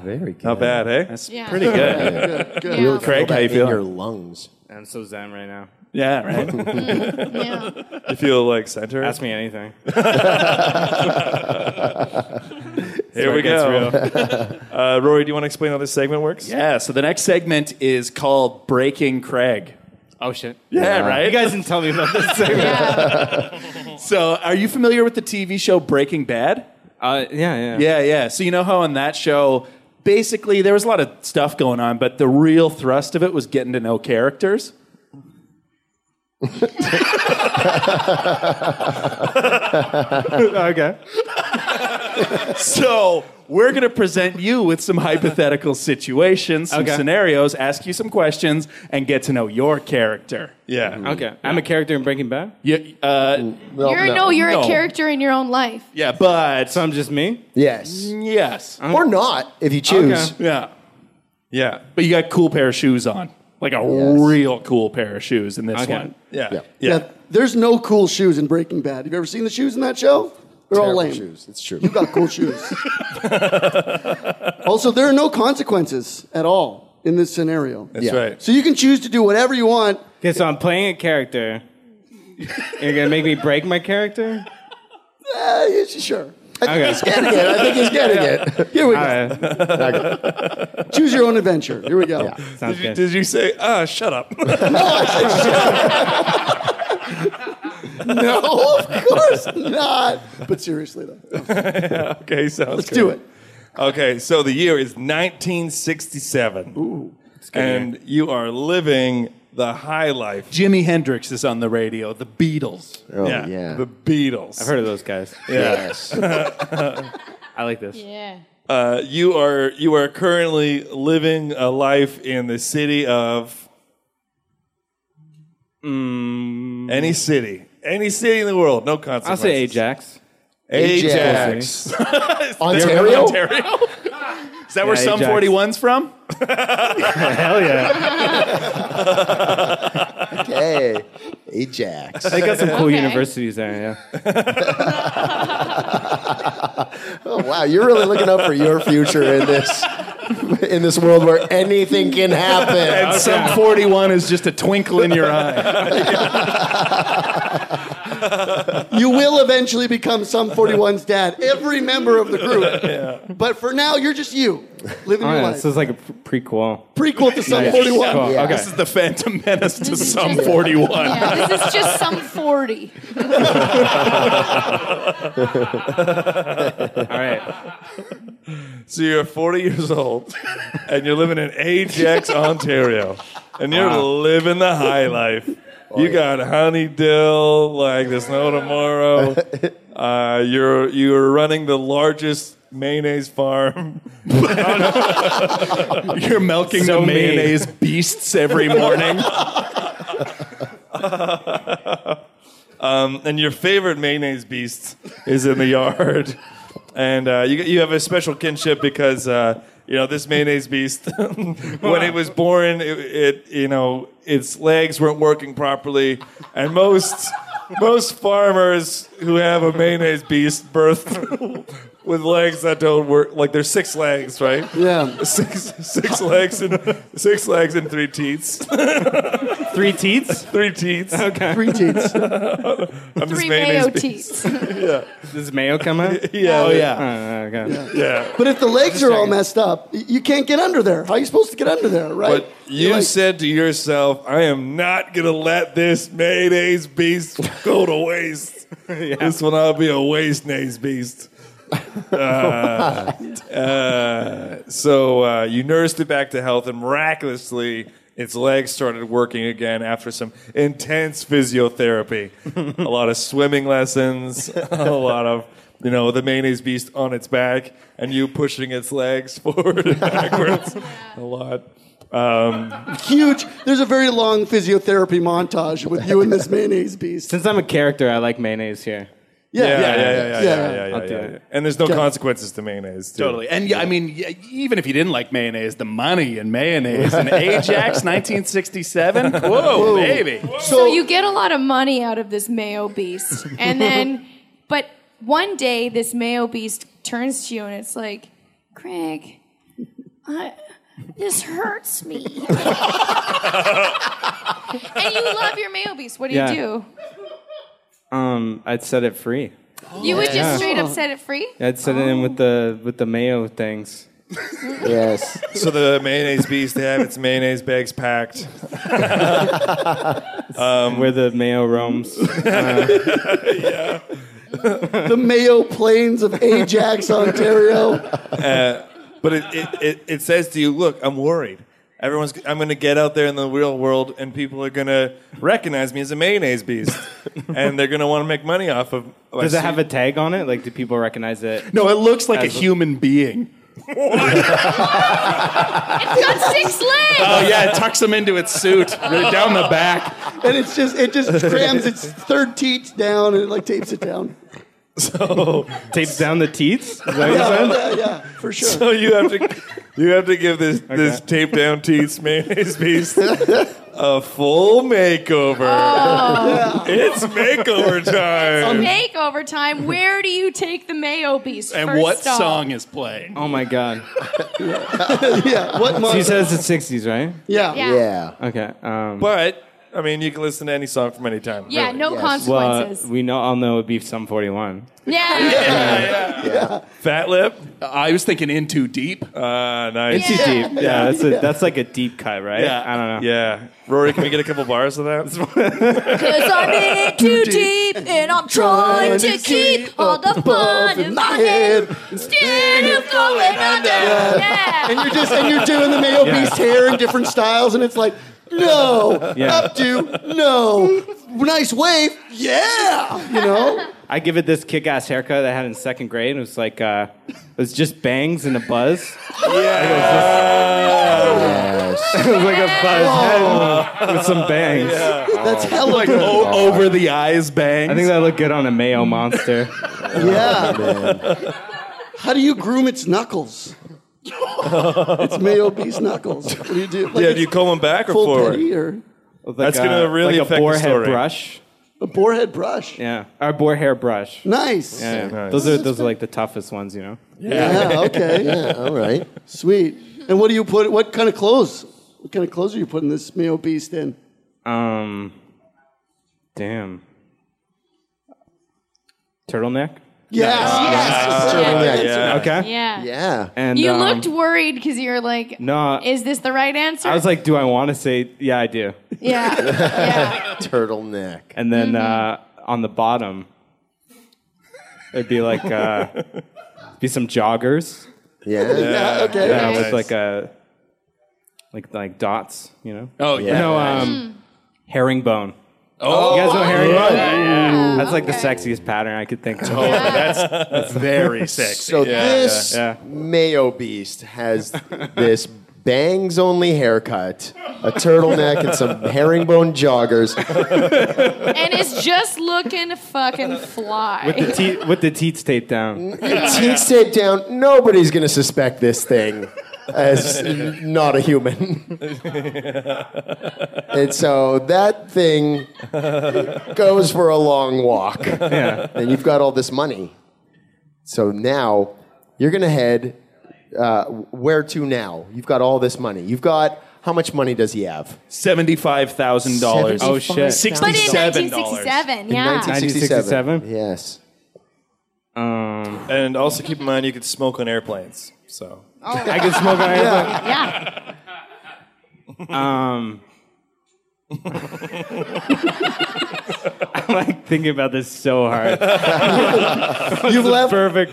K: Very good.
C: Not bad, eh?
A: That's
D: Yeah.
A: pretty good.
D: Good, good. Really
A: Craig,
D: feel
A: how you
D: that in
A: feel?
D: your
H: lungs.
D: I'm so zen right now.
A: Yeah, right?
C: You feel like center?
D: Ask me anything.
C: Here we go. uh, Rory, do you want to explain how this segment works?
L: Uh,
A: Yeah, so the next segment is called Breaking Craig.
D: Oh, shit.
A: Yeah, right?
D: You guys didn't tell me about this.
A: so, are you familiar with the TV show Breaking Bad?
D: Uh, yeah, yeah.
A: Yeah, yeah. So, you know how on that show, basically, there was a lot of stuff going on, but the real thrust of it was getting to know characters?
D: okay.
A: so we're going to present you with some hypothetical situations, some
D: Okay.
A: scenarios, ask you some questions, and get to know your character.
C: Yeah.
D: Mm-hmm. Okay. I'm a character in Breaking Bad.
A: Yeah. Uh,
F: You're no, you're a character in your own life.
A: Yeah, but
D: so I'm just me.
H: Yes.
C: Mm.
A: Yes.
H: Or not, if you choose.
A: Yeah.
C: Yeah.
A: But you got a cool pair of shoes on, like a real cool pair of shoes in this
E: Okay.
A: one.
C: Yeah. Yeah.
E: There's no cool shoes in Breaking Bad. Have you ever seen the shoes in that show? They're all lame.
H: Shoes. It's true.
E: You got cool shoes. also, there are no consequences at all in this scenario.
D: That's Yeah. right.
E: So you can choose to do whatever you want.
D: Okay, so I'm playing a character. You're gonna make me break my character?
E: Uh, yeah, sure. I think
D: Okay.
E: he's getting it. I think he's getting it. Here we go. Choose your own adventure. Here we go.
C: Did you, did you say, ah, shut up?
E: no, of course not. But seriously, though.
C: okay, sounds
E: Let's
C: good.
E: do it.
C: Okay, so the year is 1967. Ooh. And you are living the high life.
A: Jimi Hendrix is on the radio. The Beatles.
C: Oh, Yeah, yeah. the Beatles.
D: I've heard of those guys.
C: Yes.
D: I like this.
F: Yeah.
C: Uh, you are you are currently living a life in the city of mm, any city, any city in the world, no consequences.
D: I'll say Ajax.
C: Ajax.
A: Ontario?
C: Ontario?
A: Is that where
D: Yeah,
A: some
D: Ajax.
A: 41's from?
D: Hell yeah.
H: Okay. Ajax.
D: They got some cool universities there, yeah.
H: Oh, wow, you're really looking out for your future in this in this world where anything can happen.
A: and some 41 is just a twinkle in your eye.
E: You will eventually become some 41's dad, every member of the group. But for now, you're just you living
D: Oh,
E: your
D: yeah,
E: life.
D: this is like a pre- prequel.
E: Prequel to some
D: Nice.
E: 41.
D: Cool. Okay.
A: This is the Phantom Menace to
F: This is
A: some
F: just-
A: 41.
F: Yeah, this is just some 40.
C: All right. So you're 40 years old, and you're living in Ajax, Ontario, and you're
K: Wow.
C: living the high life. you got honey dill like there's no tomorrow. Uh, you're you're running the largest mayonnaise farm.
A: You're milking the
C: So mean.
A: mayonnaise beasts every morning.
C: Um, and your favorite mayonnaise beast is in the yard. And uh, you, you have a special kinship because, uh, you know, this mayonnaise beast, when it was born, it, it, you know, its legs weren't working properly. And most, most farmers who have a mayonnaise beast birth with legs that don't work. Like there's six legs, right?
E: Yeah,
C: six six legs and six legs and three teats.
D: three teats.
C: Three teats.
D: Okay.
E: Three teats.
C: I'm
F: Three
C: mayonnaise
F: mayo
C: beast.
F: teats.
C: yeah.
D: Does mayo come out?
C: Yeah.
D: Oh yeah. Oh, okay.
C: Yeah.
E: But if the legs are all messed up, y- you can't get under there. How are you supposed to get under there, right?
C: But you said to yourself, I am not going to let this mayonnaise beast go to waste. This will not be a waste-naise beast. Uh, uh, so uh, you nursed it back to health, and miraculously, its legs started working again after some intense physiotherapy. a lot of swimming lessons, a lot of, you know, the mayonnaise beast on its back, and you pushing its legs forward and backwards a lot. Um,
E: huge. There's a very long physiotherapy montage with you and this mayonnaise beast.
D: Since I'm a character, I like mayonnaise here.
E: Yeah.
C: yeah, yeah, yeah, yeah, yeah, yeah, yeah,
D: I'll do
C: yeah,
D: it.
C: yeah. And there's no consequences to mayonnaise. Too.
A: Totally. And yeah, I mean, y- even if you didn't like mayonnaise, the money in mayonnaise and Ajax 1967. Whoa,
C: Whoa.
A: baby.
F: So you get a lot of money out of this mayo beast, and then, but one day this mayo beast turns to you and it's like, Craig, I, this hurts me. and you love your mayo beast. What do
D: Yeah.
F: you do?
D: Um, I'd set it free.
F: You would
D: Yeah.
F: just straight up set it free.
D: I'd set it in with the with the mayo things.
H: yes.
C: So the mayonnaise beast they have its mayonnaise bags packed.
D: Um, where the mayo roams. Uh,
E: the Mayo Plains of Ajax, Ontario.
C: Uh, but it, it, it, it says to you, look, I'm worried. Everyone's. I'm going to get out there in the real world, and people are going to recognize me as a mayonnaise beast, and they're going to want to make money off of.
D: does it have a tag on it? Like, do people recognize it?
A: No, it looks like
D: As
A: a
D: a-
A: human being.
F: It's got six legs.
A: Oh yeah, it tucks them into its suit really down the back.
E: And it's just it just crams its third teat down and it like tapes it down.
C: So
D: tapes down the teats. Is that what you
E: Yeah,
D: said?
E: yeah, yeah, for sure.
C: So you have to you have to give this this tape down teats mayonnaise beast a full makeover.
F: Oh.
C: It's makeover
F: So
C: time.
F: makeover time. Where do you take the mayo beast?
A: And
F: first
A: what
F: off?
A: song is playing?
D: Oh my god.
E: yeah. What
D: So you
E: month?
D: said it's the '60s, right?
E: Yeah.
F: Yeah. Yeah.
D: Okay. Um,
C: But I mean, you can listen to any song from any time.
F: Yeah,
C: really.
F: no consequences.
D: Well, uh, we know all know it'd be some 41.
F: yeah.
C: Fat Lip.
A: I was thinking In Too Deep.
C: Uh, nice.
D: It's too deep. Yeah, that's a, that's like a deep cut, right?
C: Yeah.
D: I don't know.
C: Yeah. Rory, can we get a couple bars of that?
F: Cause I'm in too deep and I'm trying to keep all the fun in my head. Instead of going under. Yeah.
E: And you're just and you're doing the Mayo
D: Yeah.
E: Beast hair in different styles, and it's like, no,
D: Yeah.
E: updo, no, nice wave, yeah, you know.
D: I give it this kick-ass haircut that I had in second grade. And it was like uh, it was just bangs and a buzz.
H: Yes.
D: it was like a buzz head with some bangs.
E: That's hella
A: Like
E: good.
A: o- over the eyes
D: I
A: bang.
D: think that looked good on a mayo monster.
E: Yeah. How do you groom its knuckles? it's Mayo Beast knuckles. What do you do? Like
C: yeah, do you comb them back or
E: full
C: forward?
E: petty or
D: With
C: That's gonna
D: a-
C: really
D: like
C: affect
D: a
C: the
D: boar head
C: story.
D: brush.
E: a boar head brush?
D: Yeah, or a boar hair brush.
E: Nice.
D: Yeah, yeah.
C: Nice.
D: those are those are like the toughest ones, you know.
E: Yeah, okay.
H: Yeah, all right.
E: Sweet. And what do you put? What kind of clothes? What kind of clothes are you putting this Mayo Beast in?
D: Um, damn. Turtleneck.
F: Ah,
E: Yes.
H: Turtleneck.
C: Yeah.
D: Okay.
F: Yeah.
H: Yeah.
D: And
F: You
D: um,
F: looked worried because you're like,
D: No,
F: is this the right answer?
D: I was like, do I want to say? Yeah, I do.
F: yeah. yeah.
H: Turtleneck.
D: And then uh, on the bottom, it'd be like uh, be some joggers
H: Yeah.
E: Yeah, okay.
D: uh,
F: Nice.
D: with like a like like dots, you know.
A: Oh yeah.
D: No, um, herringbone.
A: Oh,
D: You guys know herringbone?
F: Yeah.
D: That's like the sexiest pattern I could think of.
H: Oh,
A: very sexy.
H: So this
D: yeah.
H: mayo beast has this bangs only haircut, a turtleneck, and some herringbone joggers.
F: and it's just looking fucking fly.
D: With the teeth, with the teats taped down.
H: Teeth taped down. Nobody's gonna suspect this thing as n- not a human. and so that thing goes for a long walk,
D: Yeah.
H: and you've got all this money. So now you're going to head uh, where to now? You've got all this money. You've got how much money does he have?
A: Seventy-five thousand dollars.
H: Oh, shit.
I: But in
A: Sixty-seven dollars.
I: 1967,
H: In
I: yeah.
H: 1967. Yes.
C: Um, and also keep in mind you could smoke on airplanes. So
D: I can smoke on airplane.
I: Yeah.
D: Um, I'm like thinking about this so hard.
E: You've
D: This is
E: left-
D: perfect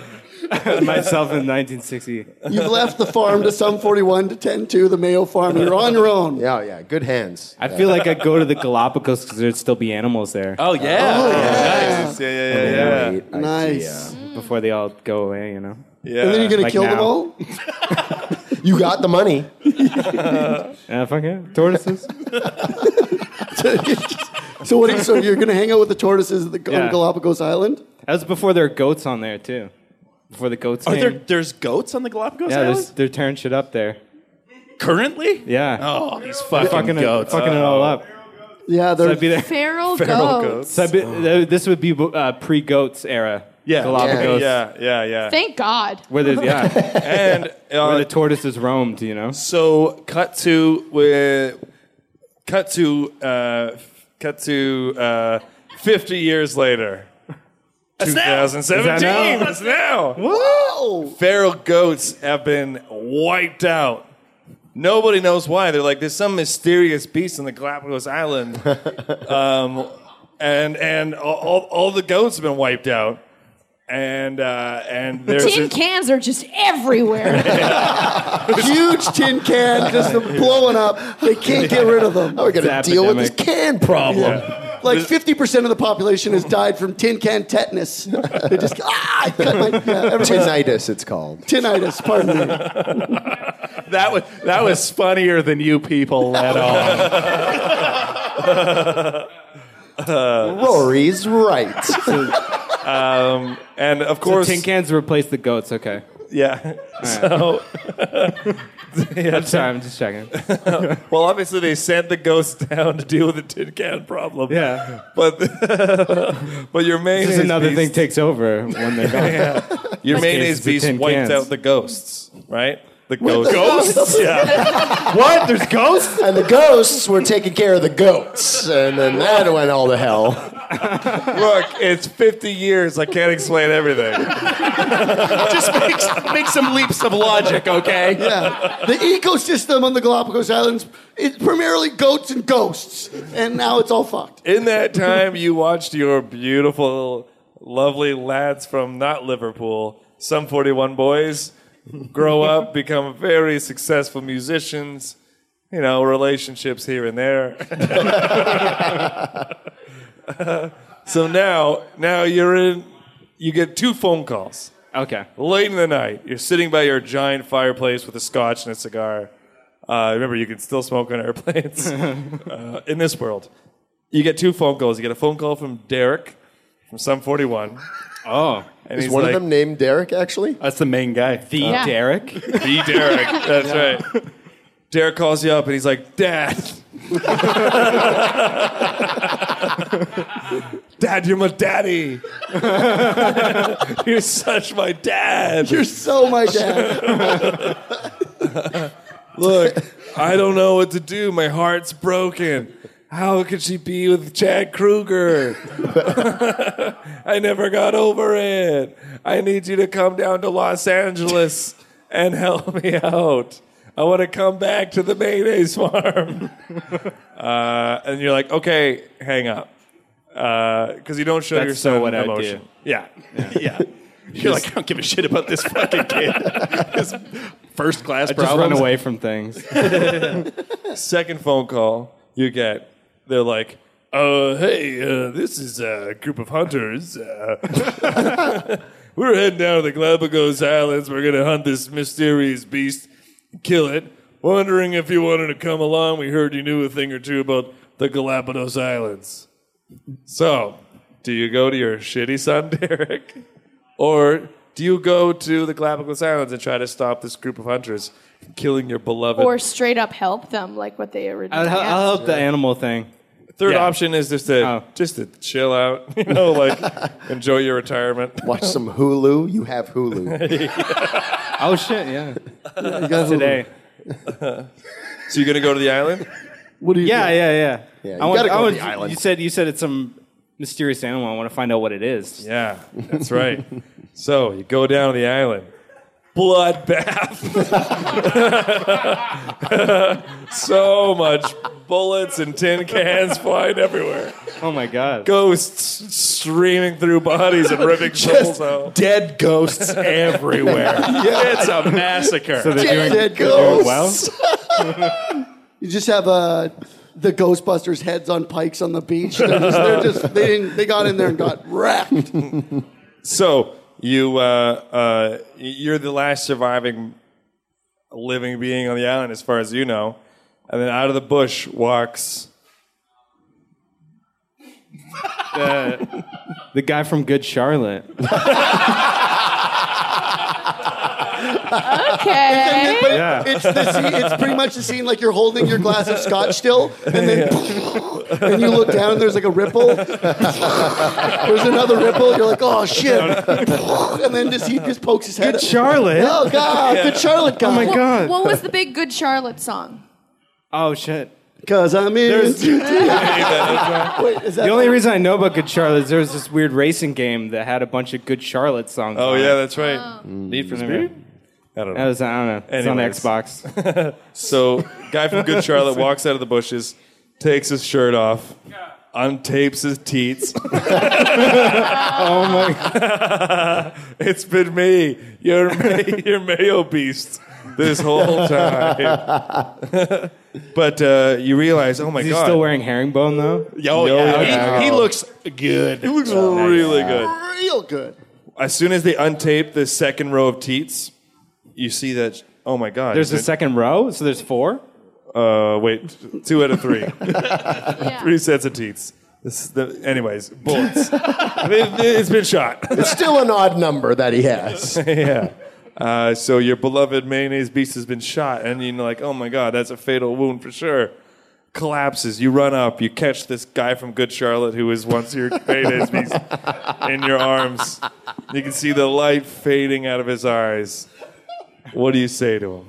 D: myself in 1960.
E: You've left the farm to some 41 to 10 to the Mayo farm. You're on your own.
H: Yeah, oh, yeah. Good hands.
D: I feel like I'd go to the Galapagos because there'd still be animals there.
A: Oh yeah.
C: Nice. Yeah, yeah,
D: And
C: yeah,
D: then
C: yeah.
D: wait, I
E: Nice.
D: see, uh, Before they all go away, you know.
C: Yeah. And then you're gonna
D: Like
C: kill them
D: now.
E: all?
H: You got the money.
D: Yeah, fuck yeah. Tortoises.
E: So what? Are you, so you're going to hang out with the tortoises at the, on
D: Yeah.
E: Galapagos Island?
D: That was before there were goats on there too. Before the goats.
A: Are
D: came.
A: there there's goats on the Galapagos
D: yeah, there's,
A: Island?
D: they're tearing shit up there.
A: Currently?
D: Yeah.
A: Oh, these
D: They're
A: fucking,
D: it-
A: goats.
D: fucking it
C: Oh.
D: all up.
E: Yeah,
D: so I'd be there.
I: Feral,
D: Feral
I: goats.
D: So I'd be, th- this would be uh, pre-goats era.
C: Yeah.
D: Galapagos.
C: Yeah, yeah, yeah.
I: Thank God.
D: Where the yeah,
C: and uh,
D: where the tortoises roamed, you know.
C: So cut to with cut to uh, cut to uh, fifty years later. 2017.
A: Is that now?
C: That's now.
E: Whoa!
C: Feral goats have been wiped out. Nobody knows why. They're like, there's some mysterious beast on the Galapagos Island, um, and and all, all, all the goats have been wiped out, and uh, and there's
I: Tin cans are just everywhere.
E: Huge tin can just blowing up. They can't get rid of them.
H: How are we going to deal with this can problem?
E: Like 50% of the population has died from tin can tetanus. They just, ah, I cut my, yeah, everybody's-
H: Tinnitus, it's called.
E: Tinnitus, pardon me.
A: That was that was funnier than you people let on.
H: Rory's right.
C: um, and of course
D: tin cans replaced the goats. Okay.
C: Yeah.
D: All
C: So, yeah,
D: I'm sorry. I'm just checking.
C: well, obviously they sent the ghost down to deal with the tin can problem.
D: Yeah.
C: But but your
D: This
C: mayonnaise
D: is another
C: beast,
D: thing takes over when they're gone.
C: Yeah. Your
D: This
C: mayonnaise
D: case, the
C: beast
D: tin
C: wiped
D: cans.
C: out the ghosts, right? The ghosts.
H: yeah. What? There's ghosts? And the ghosts were taking care of the goats. And then that went all to hell.
C: Look, it's 50 years. I can't explain everything.
A: Just make, make some leaps of logic, okay?
E: Yeah. The ecosystem on the Galapagos Islands is primarily goats and ghosts. And now it's all fucked.
C: In that time, you watched your beautiful, lovely lads from not Liverpool, some 41 boys, grow up, become very successful musicians, you know, relationships here and there. so now, now you're in, you get two phone calls.
D: Okay.
C: Late in the night, you're sitting by your giant fireplace with a scotch and a cigar. Uh, remember, you can still smoke on airplanes uh, in this world. You get two phone calls. You get a phone call from Derek from Sum 41.
D: Oh.
C: And
H: Is
C: he's
H: one
C: like,
H: of them named Derek, actually?
A: That's the main guy. The
I: Yeah.
D: Derek.
C: The Derek. That's right. Derek calls you up and he's like, Dad. Dad, you're my daddy. you're such my dad.
E: You're so my dad.
C: Look, I don't know what to do. My heart's broken. How could she be with Chad Kruger? I never got over it. I need you to come down to Los Angeles and help me out. I want to come back to the mayonnaise farm. uh, and you're like, okay, hang up. Because you don't show
D: That's
C: your
D: so
C: son
D: what I would
C: emotion.
D: do.
C: Yeah. yeah.
A: You're like, I don't give a shit about this fucking kid. this first class
D: I just
A: problem.
D: run away from things.
C: Second phone call you get, they're like, uh, hey, uh, this is a group of hunters. Uh, we're heading down to the Galapagos Islands. We're going to hunt this mysterious beast, kill it. Wondering if you wanted to come along. We heard you knew a thing or two about the Galapagos Islands. So, do you go to your shitty son, Derek? Or do you go to the Galapagos Islands and try to stop this group of hunters from killing your beloved
F: Or straight up help them like what they originally
D: I'll, I'll
F: asked.
D: help the animal thing.
C: Third
A: Yeah. Oh.
C: option is just to just to chill out, you know, like enjoy your retirement.
H: Watch some Hulu. You have Hulu.
C: Oh shit! Yeah,
H: You got
D: Today.
C: so you're gonna go to the island?
H: What do
C: you
D: Yeah,
C: do?
D: yeah, yeah.
C: Yeah,
D: I
C: you
D: want-
C: gotta go to
D: I want-
C: the island.
D: You said you said it's some mysterious animal. I want to find out what it is.
C: Yeah, that's right. so you go down to the island. Bloodbath. so much bullets and tin cans flying everywhere.
D: Oh my god.
C: Ghosts streaming through bodies and ripping
A: Just
C: souls out.
A: Dead ghosts everywhere.
C: Yeah.
A: It's a massacre.
C: So
E: they're doing- Dead they're doing ghosts. You just have uh, the Ghostbusters heads on pikes on the beach. They're just, they're just they didn't they got in there and got wrecked.
C: So you uh, uh, you're the last surviving living being on the island, as far as you know. And then out of the bush walks.
D: The, the guy from Good Charlotte.
F: Okay.
E: But
D: Yeah.
E: it's, the scene, it's pretty much the scene like you're holding your glass of scotch still, and then and you look down and there's like a ripple. there's another ripple. You're like, oh shit! and then just he just pokes his head. Good
D: Charlotte.
E: Oh god, good Charlotte guy.
F: What- What was the big Good Charlotte song?
D: Oh shit.
E: Cause I'm in.
D: Wait,
E: is that
D: the only reason I know about Good Charlotte is there was this weird racing game that had a bunch of Good Charlotte songs.
C: Oh
D: on it.
C: yeah, that's right. Need for
D: Remember?
C: Speed. I don't know.
D: That was, I don't know. It's on Xbox.
C: so, guy from Good Charlotte walks out of the bushes, takes his shirt off, untapes his teats. oh my! it's been me, your ma- your mayo beast, this whole time. but uh, you realize, oh my
D: Is he
C: god!
D: still wearing herringbone though?
C: Yo, yeah, he- he looks
D: good.
C: He looks really good.
E: Real good.
C: As soon as they untape the second row of teats, you see that. Oh my God!
D: There's a
C: Dude.
D: second row, so there's four.
C: Uh, wait, two out of three. Three sets of teats. This is the, anyways, bullets. It- it's been shot.
H: It's still an odd number that he has.
C: yeah. Uh, so your beloved mayonnaise beast has been shot, and you're like, oh my god, that's a fatal wound for sure. Collapses. You run up. You catch this guy from Good Charlotte who was once your mayonnaise beast in your arms. You can see the light fading out of his eyes. What do you say to him?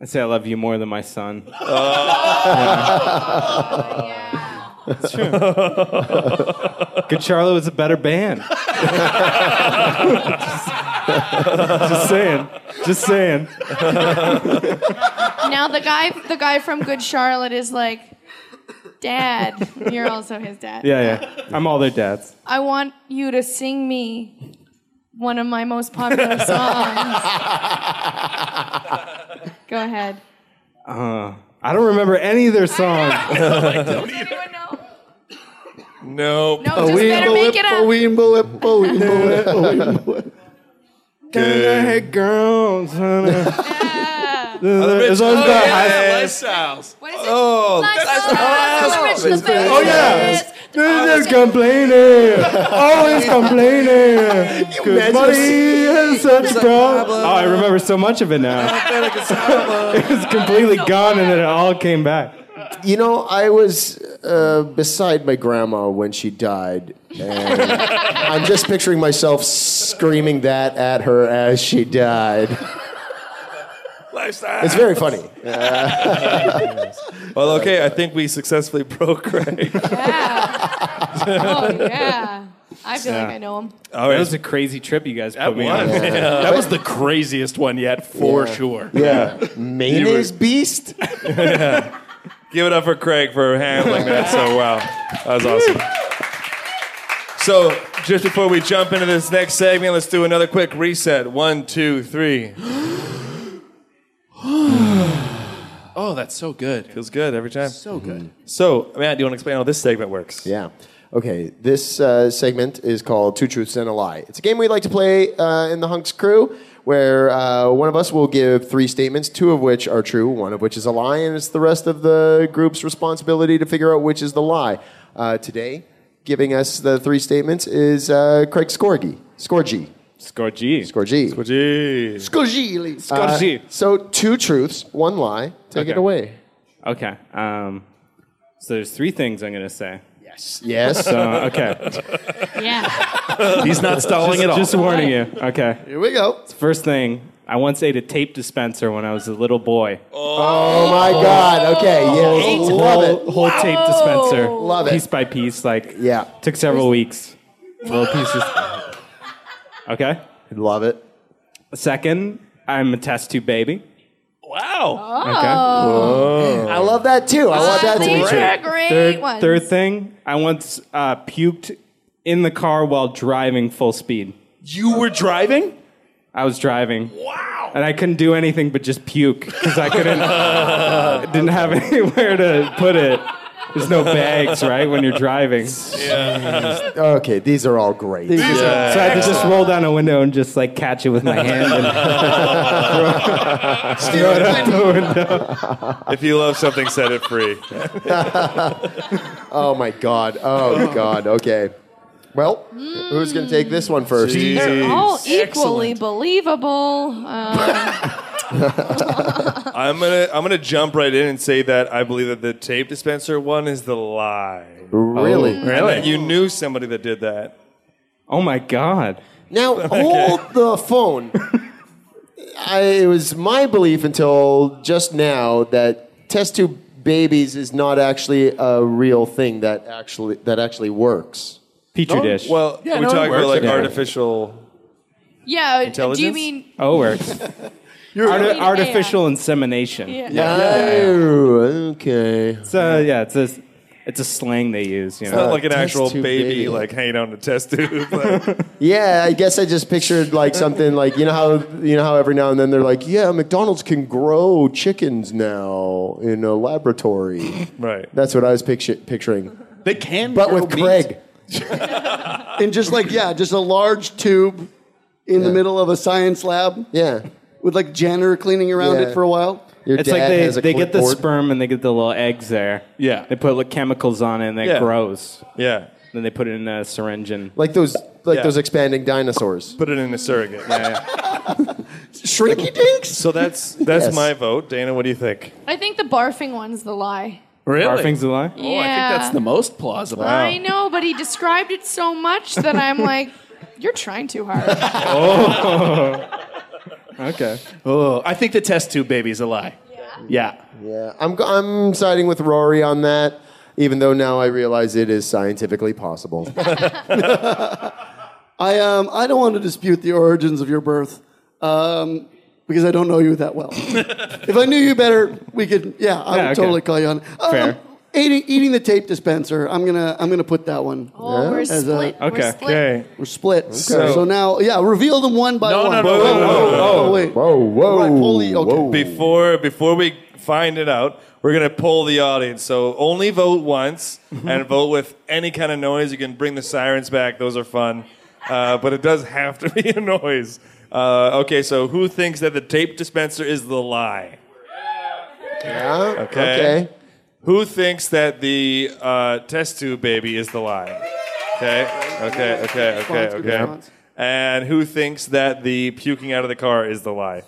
D: I say I love you more than my son. It's true. Good Charlotte was a better band. just, just saying. Just saying.
F: Now the guy, the guy from Good Charlotte is like, Dad, you're also his dad.
D: yeah, yeah. I'm all their dads.
F: I want you to sing me one of my most popular songs. Go ahead.
D: Uh, I don't remember any of their songs.
C: No.
F: No, just better make it up.
D: Hey girls. It's on
K: oh,
D: the
K: yeah,
D: high-
K: Lifestyles.
F: What is it? uh,
K: Oh,
F: that's
K: the best.
D: Oh yeah. This is complaining. Always complaining. Good
K: imagine
D: money
K: if-
D: is such
K: It's a
D: problem.
K: problem.
D: Oh, I remember so much of it now. it was completely gone, and then it all came back.
H: You know, I was uh, beside my grandma when she died. And I'm just picturing myself screaming that at her as she died.
C: Lifestyle.
H: It's very funny. Uh,
C: Well, okay, I think we successfully broke Craig.
F: Oh yeah. I feel
D: Yeah.
F: like I know him.
D: That was a crazy trip you guys put me on.
A: was. Yeah. That was the craziest one yet, for sure.
H: Yeah.
A: Mayonnaise
H: beast.
C: Yeah. Give it up for Craig for handling that so well. That was awesome. So, just before we jump into this next segment, let's do another quick reset. One, two, three.
A: Oh, that's so good.
C: Feels good every time. So
H: good.
C: So, Matt, do you want to explain how this segment works?
H: Mm-hmm. Yeah. Okay, this uh, segment is called Two Truths and a Lie. It's a game we like to play uh, in the Hunks crew where uh, one of us will give three statements, two of which are true, one of which is a lie, and it's the rest of the group's responsibility to figure out which is the lie. Uh, today, giving us the three statements is uh, Craig Scorgi. Scorgi.
D: Scorgi.
H: Scorgi.
C: Scorgi.
E: Scorgili.
H: Uh, so, two truths, one lie. Take
D: Okay.
H: it away.
C: Okay. Um, so there's three things I'm going to say. Yes.
D: Yes.
C: So, okay.
D: Yeah.
C: He's not stalling
D: Just-
C: at all.
D: just
C: warning you. Okay.
D: Here we go.
C: First thing, I once ate a tape dispenser when I was a little boy. Oh.
D: Oh, my God. Okay. Yeah.
C: Whole-
D: Love it.
C: Whole, tape dispenser.
D: Love it.
C: Piece by piece. Like,
D: yeah.
C: Took several weeks. Little pieces. okay.
D: Love it.
C: Second, I'm a test tube baby.
D: Wow.
C: Okay.
D: I love that too. I love that too.
C: third, third thing, I once uh, puked in the car while driving full speed. You were driving? I was driving. Wow. And I couldn't do anything but just puke because I couldn't, didn't have anywhere to put it. There's no bags, right, when you're driving.
D: Yeah. okay, these are all great.
C: So I had to just roll down a window and just like catch it with my hand and throw, throw it out the window.
A: If you love something, set it free.
D: oh my god. Oh god. Okay. Well, who's gonna take this one first?
F: They're all equally believable. Um,
A: I'm gonna I'm gonna jump right in and say that I believe that the tape dispenser one is the lie. Oh.
D: Really?
A: And that
D: Really?
A: You knew somebody that did that.
C: Oh my god.
D: Now hold the phone. I, it was my belief until just now that test tube babies is not actually a real thing that actually that actually works.
C: Petri dish.
A: Well,
F: Yeah,
A: we
F: no, it
A: talk about
F: works.
A: like
F: Yeah.
A: artificial.
F: yeah. Do you
A: Intelligence?
F: mean
C: Oh, works. Arti- artificial insemination.
F: Yeah.
D: okay.
C: So yeah, it's a it's a slang they use. You
A: It's
C: know?
A: not like an actual baby, like hanging on a test tube. Like,
D: Yeah, I guess I just pictured like something like you know how you know how every now and then they're like, yeah, McDonald's can grow chickens now in a laboratory.
A: right.
D: That's what I was pictu- picturing.
O: They can,
D: but with Craig.
H: and just like yeah, just a large tube in the middle of a science lab.
D: Yeah,
H: with like janitor cleaning around
C: Yeah.
H: it for a while.
C: it's like they, they get the sperm and they get the little eggs there. Yeah, they put like chemicals on it and it
D: Yeah.
C: grows.
A: Yeah,
C: then they put it in a syringe and
D: like those like
C: Yeah.
D: those expanding dinosaurs.
A: Put it in a surrogate.
D: Shrinky dinks.
A: So that's that's
D: Yes.
A: my vote, Dana. What do you think?
F: I think the barfing one's the lie.
A: Really?
C: Barfing's a lie.
F: Oh, I think Yeah. that's the
O: most plausible.
F: I know, but he described it so much that I'm like, you're trying too hard.
O: Oh. okay. Oh, I think the test tube baby's a lie. Yeah.
D: Yeah, I'm go- I'm siding with Rory on that, even though now I realize it is scientifically possible.
H: I um I don't want to dispute the origins of your birth, um, because I don't know you that well. if I knew you better, we could yeah, I
D: Yeah,
H: would
D: okay.
H: totally call you on. Um,
D: Fair.
H: Eating, eating the tape dispenser. I'm gonna I'm gonna put that one.
F: Oh, we're split. We're Okay. split.
A: Okay.
H: We're split.
A: So-
H: So, now yeah, reveal them one by one.
D: wait. Whoa, whoa, whoa.
A: Before before we find it out, we're gonna poll the audience. So only vote once and vote with any kind of noise. You can bring the sirens back; those are fun. Uh, but it does have to be a noise. Uh, okay, so who thinks that the tape dispenser is the lie?
D: Yeah.
A: Okay. Who thinks that the uh, test tube baby is the lie? Okay. Okay. Okay. Okay.
D: Response, good
A: Okay.
D: response.
A: And who thinks that the puking out of the car is the lie?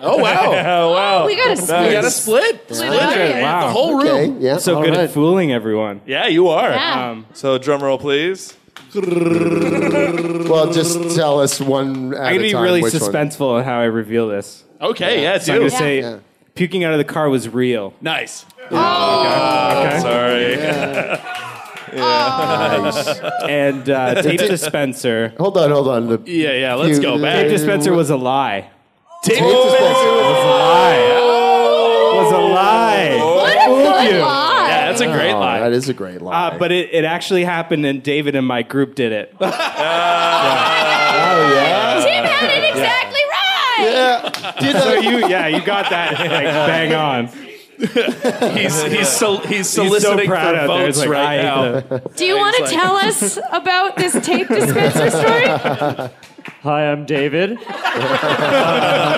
O: Oh wow!
A: Oh, wow.
F: We got a split.
O: We got a split. Split.
A: Wow.
O: The whole room.
A: Okay, yeah,
C: so
A: all
C: good
A: right.
C: at fooling everyone.
A: Yeah, you are.
F: Yeah.
A: Um, so drum roll, please.
D: well, just tell us one at
C: I'm gonna
D: a
C: be
D: time.
C: really
D: which one.
C: suspenseful on how I reveal this.
O: Okay, yeah,
C: so I'm gonna
O: do.
C: say
O: Yeah.
C: puking out of the car was real.
O: Nice.
H: Oh.
A: Okay. Sorry.
C: Nice. and uh, tape dispenser.
D: Hold on, hold on.
O: Yeah, yeah, let's go back.
C: Tape dispenser was a lie.
O: Tape
C: dispenser was a lie. Was a lie.
A: Oh.
F: What a good lie.
O: Yeah, that's a great
D: Oh,
O: lie.
D: That is a great lie.
C: Uh, but it, it actually happened, and David and my group did it.
F: Tim had it exactly right.
D: Did
C: so you, yeah, you got that like, bang on.
O: he's he's sol- he's
C: so
O: soliciting
C: proud
O: for
C: out there.
O: votes
C: It's like,
O: right
C: I
O: now.
F: Do you want to
O: like-
F: tell us about this tape dispenser story?
P: Hi, I'm David.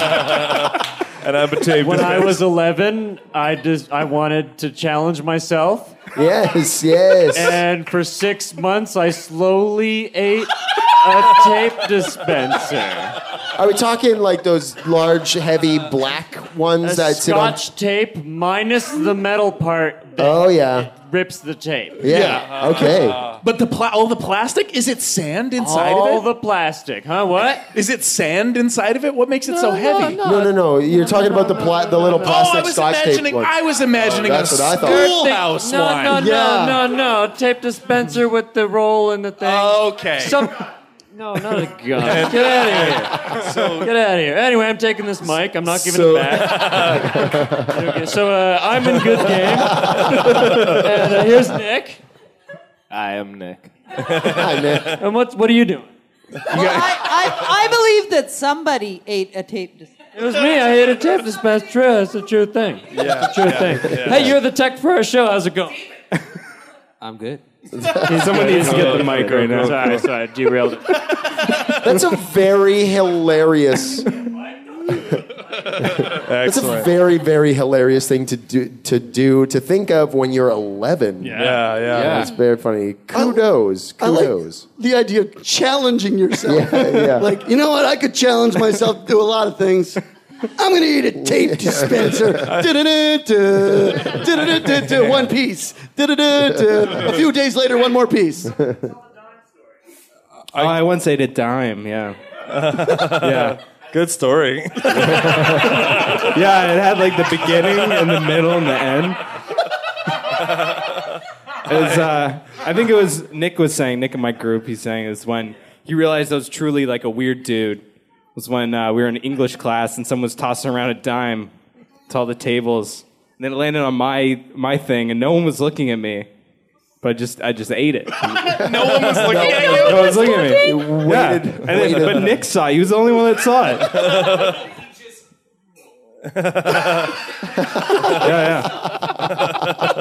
A: and I'm a tape
P: When I
A: dispenser.
P: was 11, I just I wanted to challenge myself,
D: yes, yes.
P: and for six months I slowly ate a tape dispenser.
H: Are we talking like those large, heavy black ones
Q: A
H: that sit on?
Q: Scotch tape minus the metal part
H: Oh yeah.
Q: rips the tape.
H: Yeah, Yeah. okay.
A: Uh-huh.
Q: But the pla- all the plastic is it sand
A: inside of
Q: all
A: it?
Q: the plastic, huh? What
A: is it? Sand inside of it? What makes it so heavy?
H: No, no, no. You're talking about the pla- the little
A: Oh, I
H: plastic
A: was
H: scotch tape
A: imagining.
H: one.
A: I was imagining
H: That's
A: a
H: what I thought.
A: schoolhouse
Q: no,
A: one.
Q: No, no, no, no, no. Tape dispenser with the roll and the thing.
A: okay.
Q: Some- no, not a gun. Get out of here.
A: So-
Q: Get out of here. Anyway, I'm taking this mic. I'm not giving
A: So-
Q: it back. okay, so uh, I'm in good game. and uh, here's Nick.
J: I am Nick.
H: Hi, Nick.
Q: And what, what are you doing?
R: I, I believe that somebody ate a tape dispenser.
Q: It was me. I ate a tape dispenser. True. That's the true thing. That's the true
R: Yeah,
Q: thing.
R: yeah.
Q: Hey, you're the tech for our show. How's it going?
R: I'm good.
Q: Someone needs to get the mic right now.
H: Sorry,
Q: sorry, derailed it.
H: That's a very hilarious. That's a
C: Excellent.
H: very, very hilarious thing to do to do to think of when you're 11.
C: Yeah. Yeah, yeah.
H: It's very funny. Kudos,
E: I like-
H: kudos.
E: The idea of challenging yourself.
H: yeah.
E: Like, you know what? I could challenge myself to do a lot of things. I'm going to eat a tape dispenser. Du-du-du-du. Du-du-du-du-du. one piece. Du-du-du-du. A few days later, one more piece.
D: oh, I once ate a dime. Yeah. yeah.
C: Good story.
D: yeah, it had like the beginning and the middle and the end. It was, uh, I think it was Nick was saying, Nick in my group, he's saying is when he realized I was truly like a weird dude was when uh, we were in English class and someone was tossing around a dime to all the tables. And then it landed on my, my thing and no one was looking at me. But I just I just ate it.
A: no one was looking at you.
D: No one was looking at me.
A: looking?
D: Yeah.
A: Waited-
D: And then-
A: waited.
D: but Nick saw. it. He was the only one that saw it.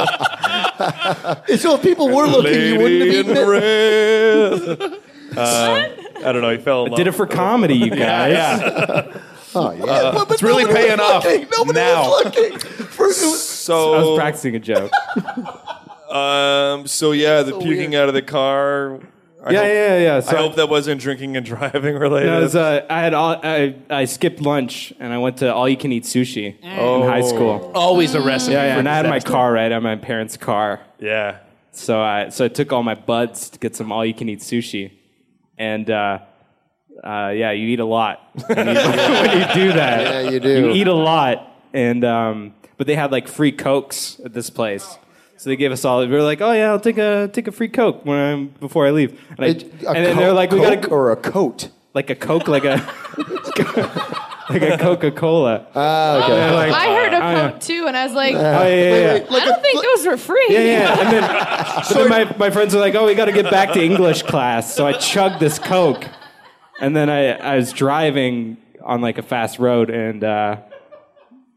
A: yeah,
E: so if people were looking, you wouldn't have eaten
C: Lady in
E: it.
C: red. Uh, I don't know. He fell in
D: I
C: love.
D: did it for comedy, you guys.
C: Oh,
H: yeah.
C: it's really paying off now.
D: so I was practicing a joke.
C: Um. So yeah, the
D: So
C: puking
D: weird.
C: out of the car. I
D: Yeah,
C: hope-
D: yeah, yeah, so-
C: I hope that wasn't drinking and driving related.
D: No, it was, uh, I had all, I, I skipped lunch and I went to all you can eat sushi
C: Mm.
D: in high school.
C: Oh.
A: Always
H: Mm.
A: a recipe
D: Yeah, yeah
A: for
D: and I had my
A: disaster.
D: car right at my parents' car.
C: Yeah.
D: So I so I took all my buds to get some all you can eat sushi, and uh, uh, yeah, you eat a lot when you, when you do that.
H: Yeah, you do.
D: You eat a lot, and um, but they had like free cokes at this place. So they gave us all. We were like, "Oh yeah, I'll take a take a free coke when I'm before I leave." And, I,
H: It- a
D: and then they're
H: co-
D: like, "We got
H: Coke or a coat,
D: like a coke, like a like a Coca Cola."
H: Ah,
D: okay.
F: I heard a quote too, and I was like,
D: Oh, yeah, yeah, yeah. Wait,
F: I don't think those were free.
D: Yeah, yeah. And then, but then my, my friends were like, oh, we got to get back to English class. So I chugged this Coke. And then I, I was driving on like a fast road and, uh,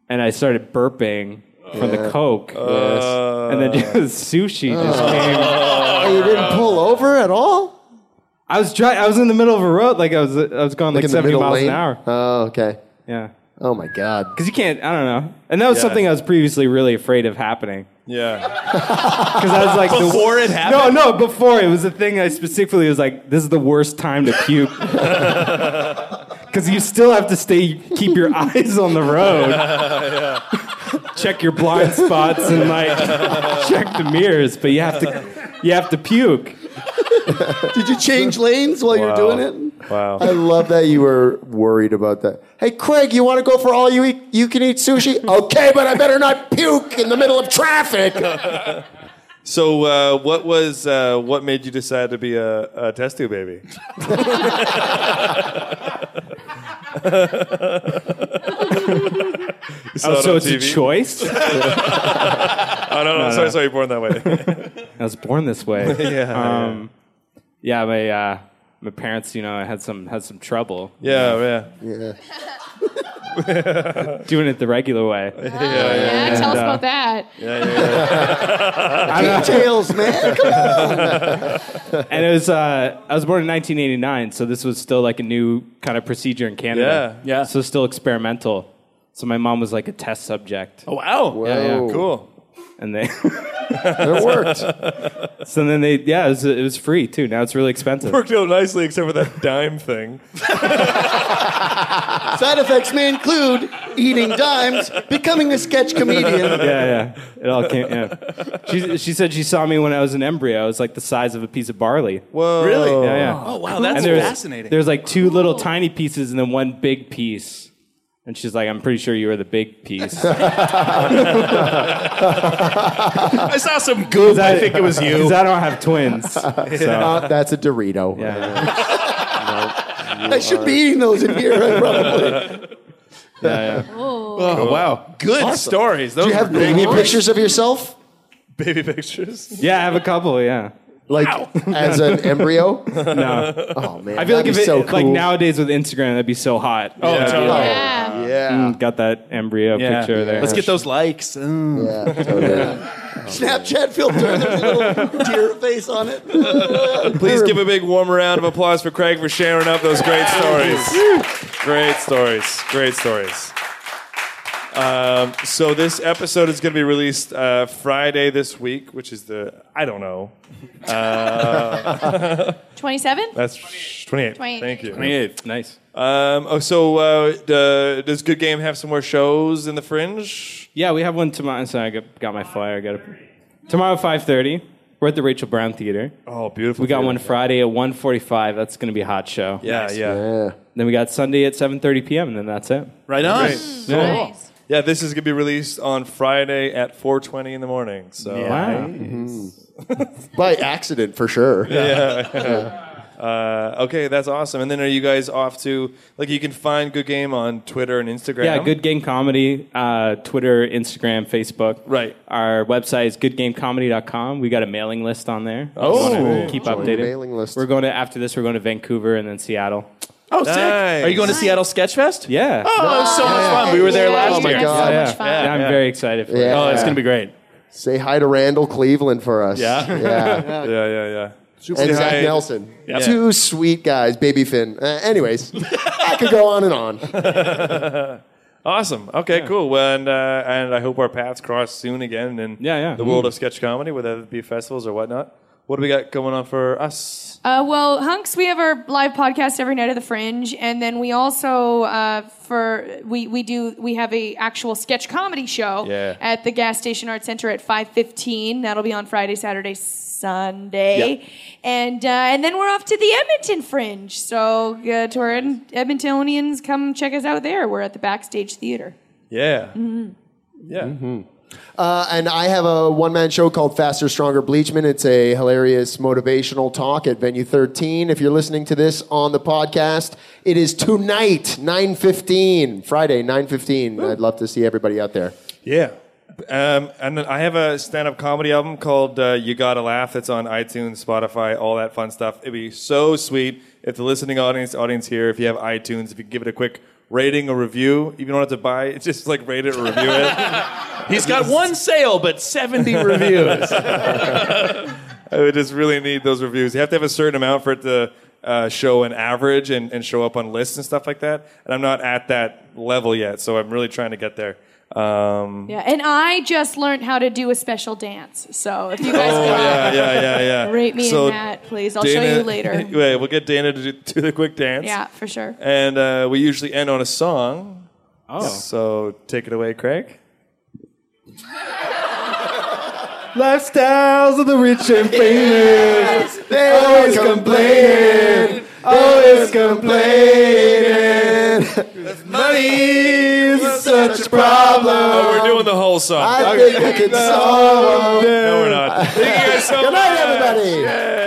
D: and I started burping from the
H: Yeah. Oh.
D: Coke. And then just sushi just came.
H: you didn't pull over at all?
D: I was dri- I was in the middle of a road. Like I was, I was going like,
H: in the
D: 70
H: middle
D: miles
H: lane?
D: an hour.
H: Oh, okay.
D: Yeah.
H: Oh my god.
D: Because you can't, I don't know. And that was
H: Yeah.
D: something I was previously really afraid of happening.
C: Yeah.
D: Because I was like, the-
A: Before it happened?
D: No, no, before it was the thing. I specifically was like, this is the worst time to puke because you still have to stay, keep your eyes on the road,
A: yeah.
D: check your blind spots, and like check the mirrors. But you have to, you have to puke.
E: Did you change lanes while you were doing it?
C: Wow.
H: I love that you were worried about that. Hey, Craig, you want to go for all you eat? You can eat sushi. okay, but I better not puke in the middle of traffic.
C: So uh, what was uh, what made you decide to be a, a test tube baby?
D: Oh, so it's a choice?
C: oh, no, no,
D: No, no.
C: sorry, sorry, you're born that way.
D: I was born this way.
C: Yeah,
D: Um, yeah. My uh, my parents, you know, had some had some trouble.
C: Yeah,
H: yeah.
D: Yeah. Doing it the regular way. Yeah,
F: Yeah, tell us about that.
D: I don't know.
E: Details, man. Come
D: on. and it was uh, I was born in 1989, so this was still like a new kind of procedure in Canada. Yeah, yeah. So still experimental. So my mom was like a test subject.
A: Oh wow.
D: Yeah, yeah.
A: Cool.
D: and they
C: It worked.
D: So then they yeah, it was, it was free too. Now it's really expensive.
C: Worked out nicely, except for that dime thing.
E: Side effects may include eating dimes, becoming a sketch comedian.
D: yeah, yeah. It all came. Yeah. She, she said she saw me when I was an embryo. I was like the size of a piece of barley.
C: Whoa.
A: Really?
D: Yeah, yeah.
A: Oh, wow, that's
D: And there was-
A: fascinating.
D: There's like two little tiny pieces and then one big piece. And she's like, I'm pretty sure you were the big piece.
A: I saw some goop. I think it was you.
D: Because I don't have twins. So.
H: Uh, that's a Dorito.
E: I should be eating those in here, right, probably.
D: Yeah, yeah.
A: Oh, wow. Good stories. Those
H: Do you have
A: were big
H: baby
A: ones.
H: pictures of yourself?
C: Baby pictures.
D: Yeah, I have a couple. Yeah.
H: Like as an embryo?
D: No.
H: Oh man,
D: I feel like
H: that'd
D: if
H: be
D: it,
H: so
D: like
H: cool.
D: nowadays with Instagram, that'd be so hot.
A: Oh, Yeah. totally.
D: yeah. got that embryo
A: Yeah.
D: picture there.
A: Let's get those likes. Mm.
E: Snapchat filter, there's a little deer face on it.
C: Please give a big warm round of applause for Craig for sharing up those great stories. Great stories. Great stories. Um, so this episode is going to be released uh, Friday this week, which is the I don't know. Uh,
F: 27?
C: that's 28.
F: 28.
C: Thank you.
A: 28.
D: Nice.
C: Um, oh, so uh, d- does Good Game have some more shows in the Fringe?
D: Yeah, we have one tomorrow. So I got, got my flyer. I got a, tomorrow five thirty. We're at the Rachel Brown Theater.
C: Oh, beautiful!
D: We got
C: theater.
D: one Friday at one forty-five. That's going to be a hot show.
C: Yeah, Nice. yeah.
D: Then we got Sunday at seven thirty p.m. And then that's it.
A: Right on.
C: Great.
D: Yeah.
C: Cool. Mm. Yeah, this is gonna be released on Friday at 4:20 in the morning. So
H: Wow. By accident, for sure.
C: Yeah. Uh, okay, that's awesome. And then are you guys off to like you can find Good Game on Twitter and Instagram?
D: Yeah, Good Game Comedy, uh, Twitter, Instagram, Facebook. Right. Our website is goodgamecomedy.com. We got a mailing list on there.
A: Oh.
D: If you wanna keep
A: Join the
D: updated.
A: mailing
D: list. We're going to after this. We're going to Vancouver and then Seattle.
A: Oh, sick. Are you going to Seattle Sketchfest?
D: Yeah.
A: Oh, that was so much fun. We were there last
H: Oh my
A: year.
H: God.
D: Yeah, yeah. Yeah, I'm very excited for it.
C: Oh,
H: Yeah.
A: great.
H: Say hi to Randall Cleveland for us.
C: Yeah.
H: Yeah.
C: yeah, yeah, yeah.
H: and Zach Nelson. Two sweet guys, Baby Finn. Uh, anyways, I could go on and on.
C: Awesome. Okay, cool. Well, and uh, and I hope our paths cross soon again in
D: yeah, yeah.
C: the world
D: Mhm.
C: of sketch comedy, whether it be festivals or whatnot. What do we got going on for us?
F: Uh, well, hunks, we have our live podcast every night at the Fringe, and then we also uh, for we we do we have a actual sketch comedy show
S: Yeah.
F: at the gas station art center at five fifteen. That'll be on Friday, Saturday, Sunday, and uh, and then we're off to the Edmonton Fringe. So uh, to our Ed- Edmontonians, come check us out there. We're at the backstage theater.
C: Yeah.
F: Mhm.
C: Yeah.
H: Uh, and I have a one man show called Faster, Stronger, Bleachman. It's a hilarious motivational talk at Venue 13. If you're listening to this on the podcast, it is tonight, 9.15, Friday, 9.15. I'd love to see everybody out there.
C: Yeah. Um, and then I have a stand-up comedy album called uh, "You Gotta Laugh." That's on iTunes, Spotify, all that fun stuff. It'd be so sweet if the listening audience, audience here, if you have iTunes, if you give it a quick rating or review. You don't have to buy it; just like rate it or review it.
A: He's got one sale, but 70 reviews.
C: I would just really need those reviews. You have to have a certain amount for it to uh, show an average and, and show up on lists and stuff like that. And I'm not at that level yet, so I'm really trying to get there. Um,
F: Yeah, and I just learned how to do a special dance. So if you guys
C: Oh yeah, yeah, yeah, yeah.
F: rate me
C: So
F: in that, please, I'll show
C: Dana-
F: you later.
C: Wait, we'll get Dana to do, do the quick dance.
F: Yeah, for sure.
C: And uh, we usually end on a song.
D: Oh.
C: So take it away, Craig.
D: Lifestyles of the rich and famous.
H: They
D: always complaining. Always complaining.
C: Money
H: is
C: such a problem. Oh, we're doing the whole song.
H: I think we can solve
C: it. No, we're not. Thank you guys so
H: Good night,
C: much.
H: everybody.
C: Yay.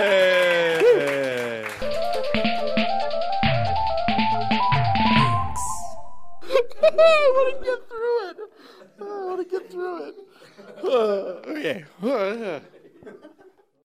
K: I want to get through it. I want to get through it. Uh, okay.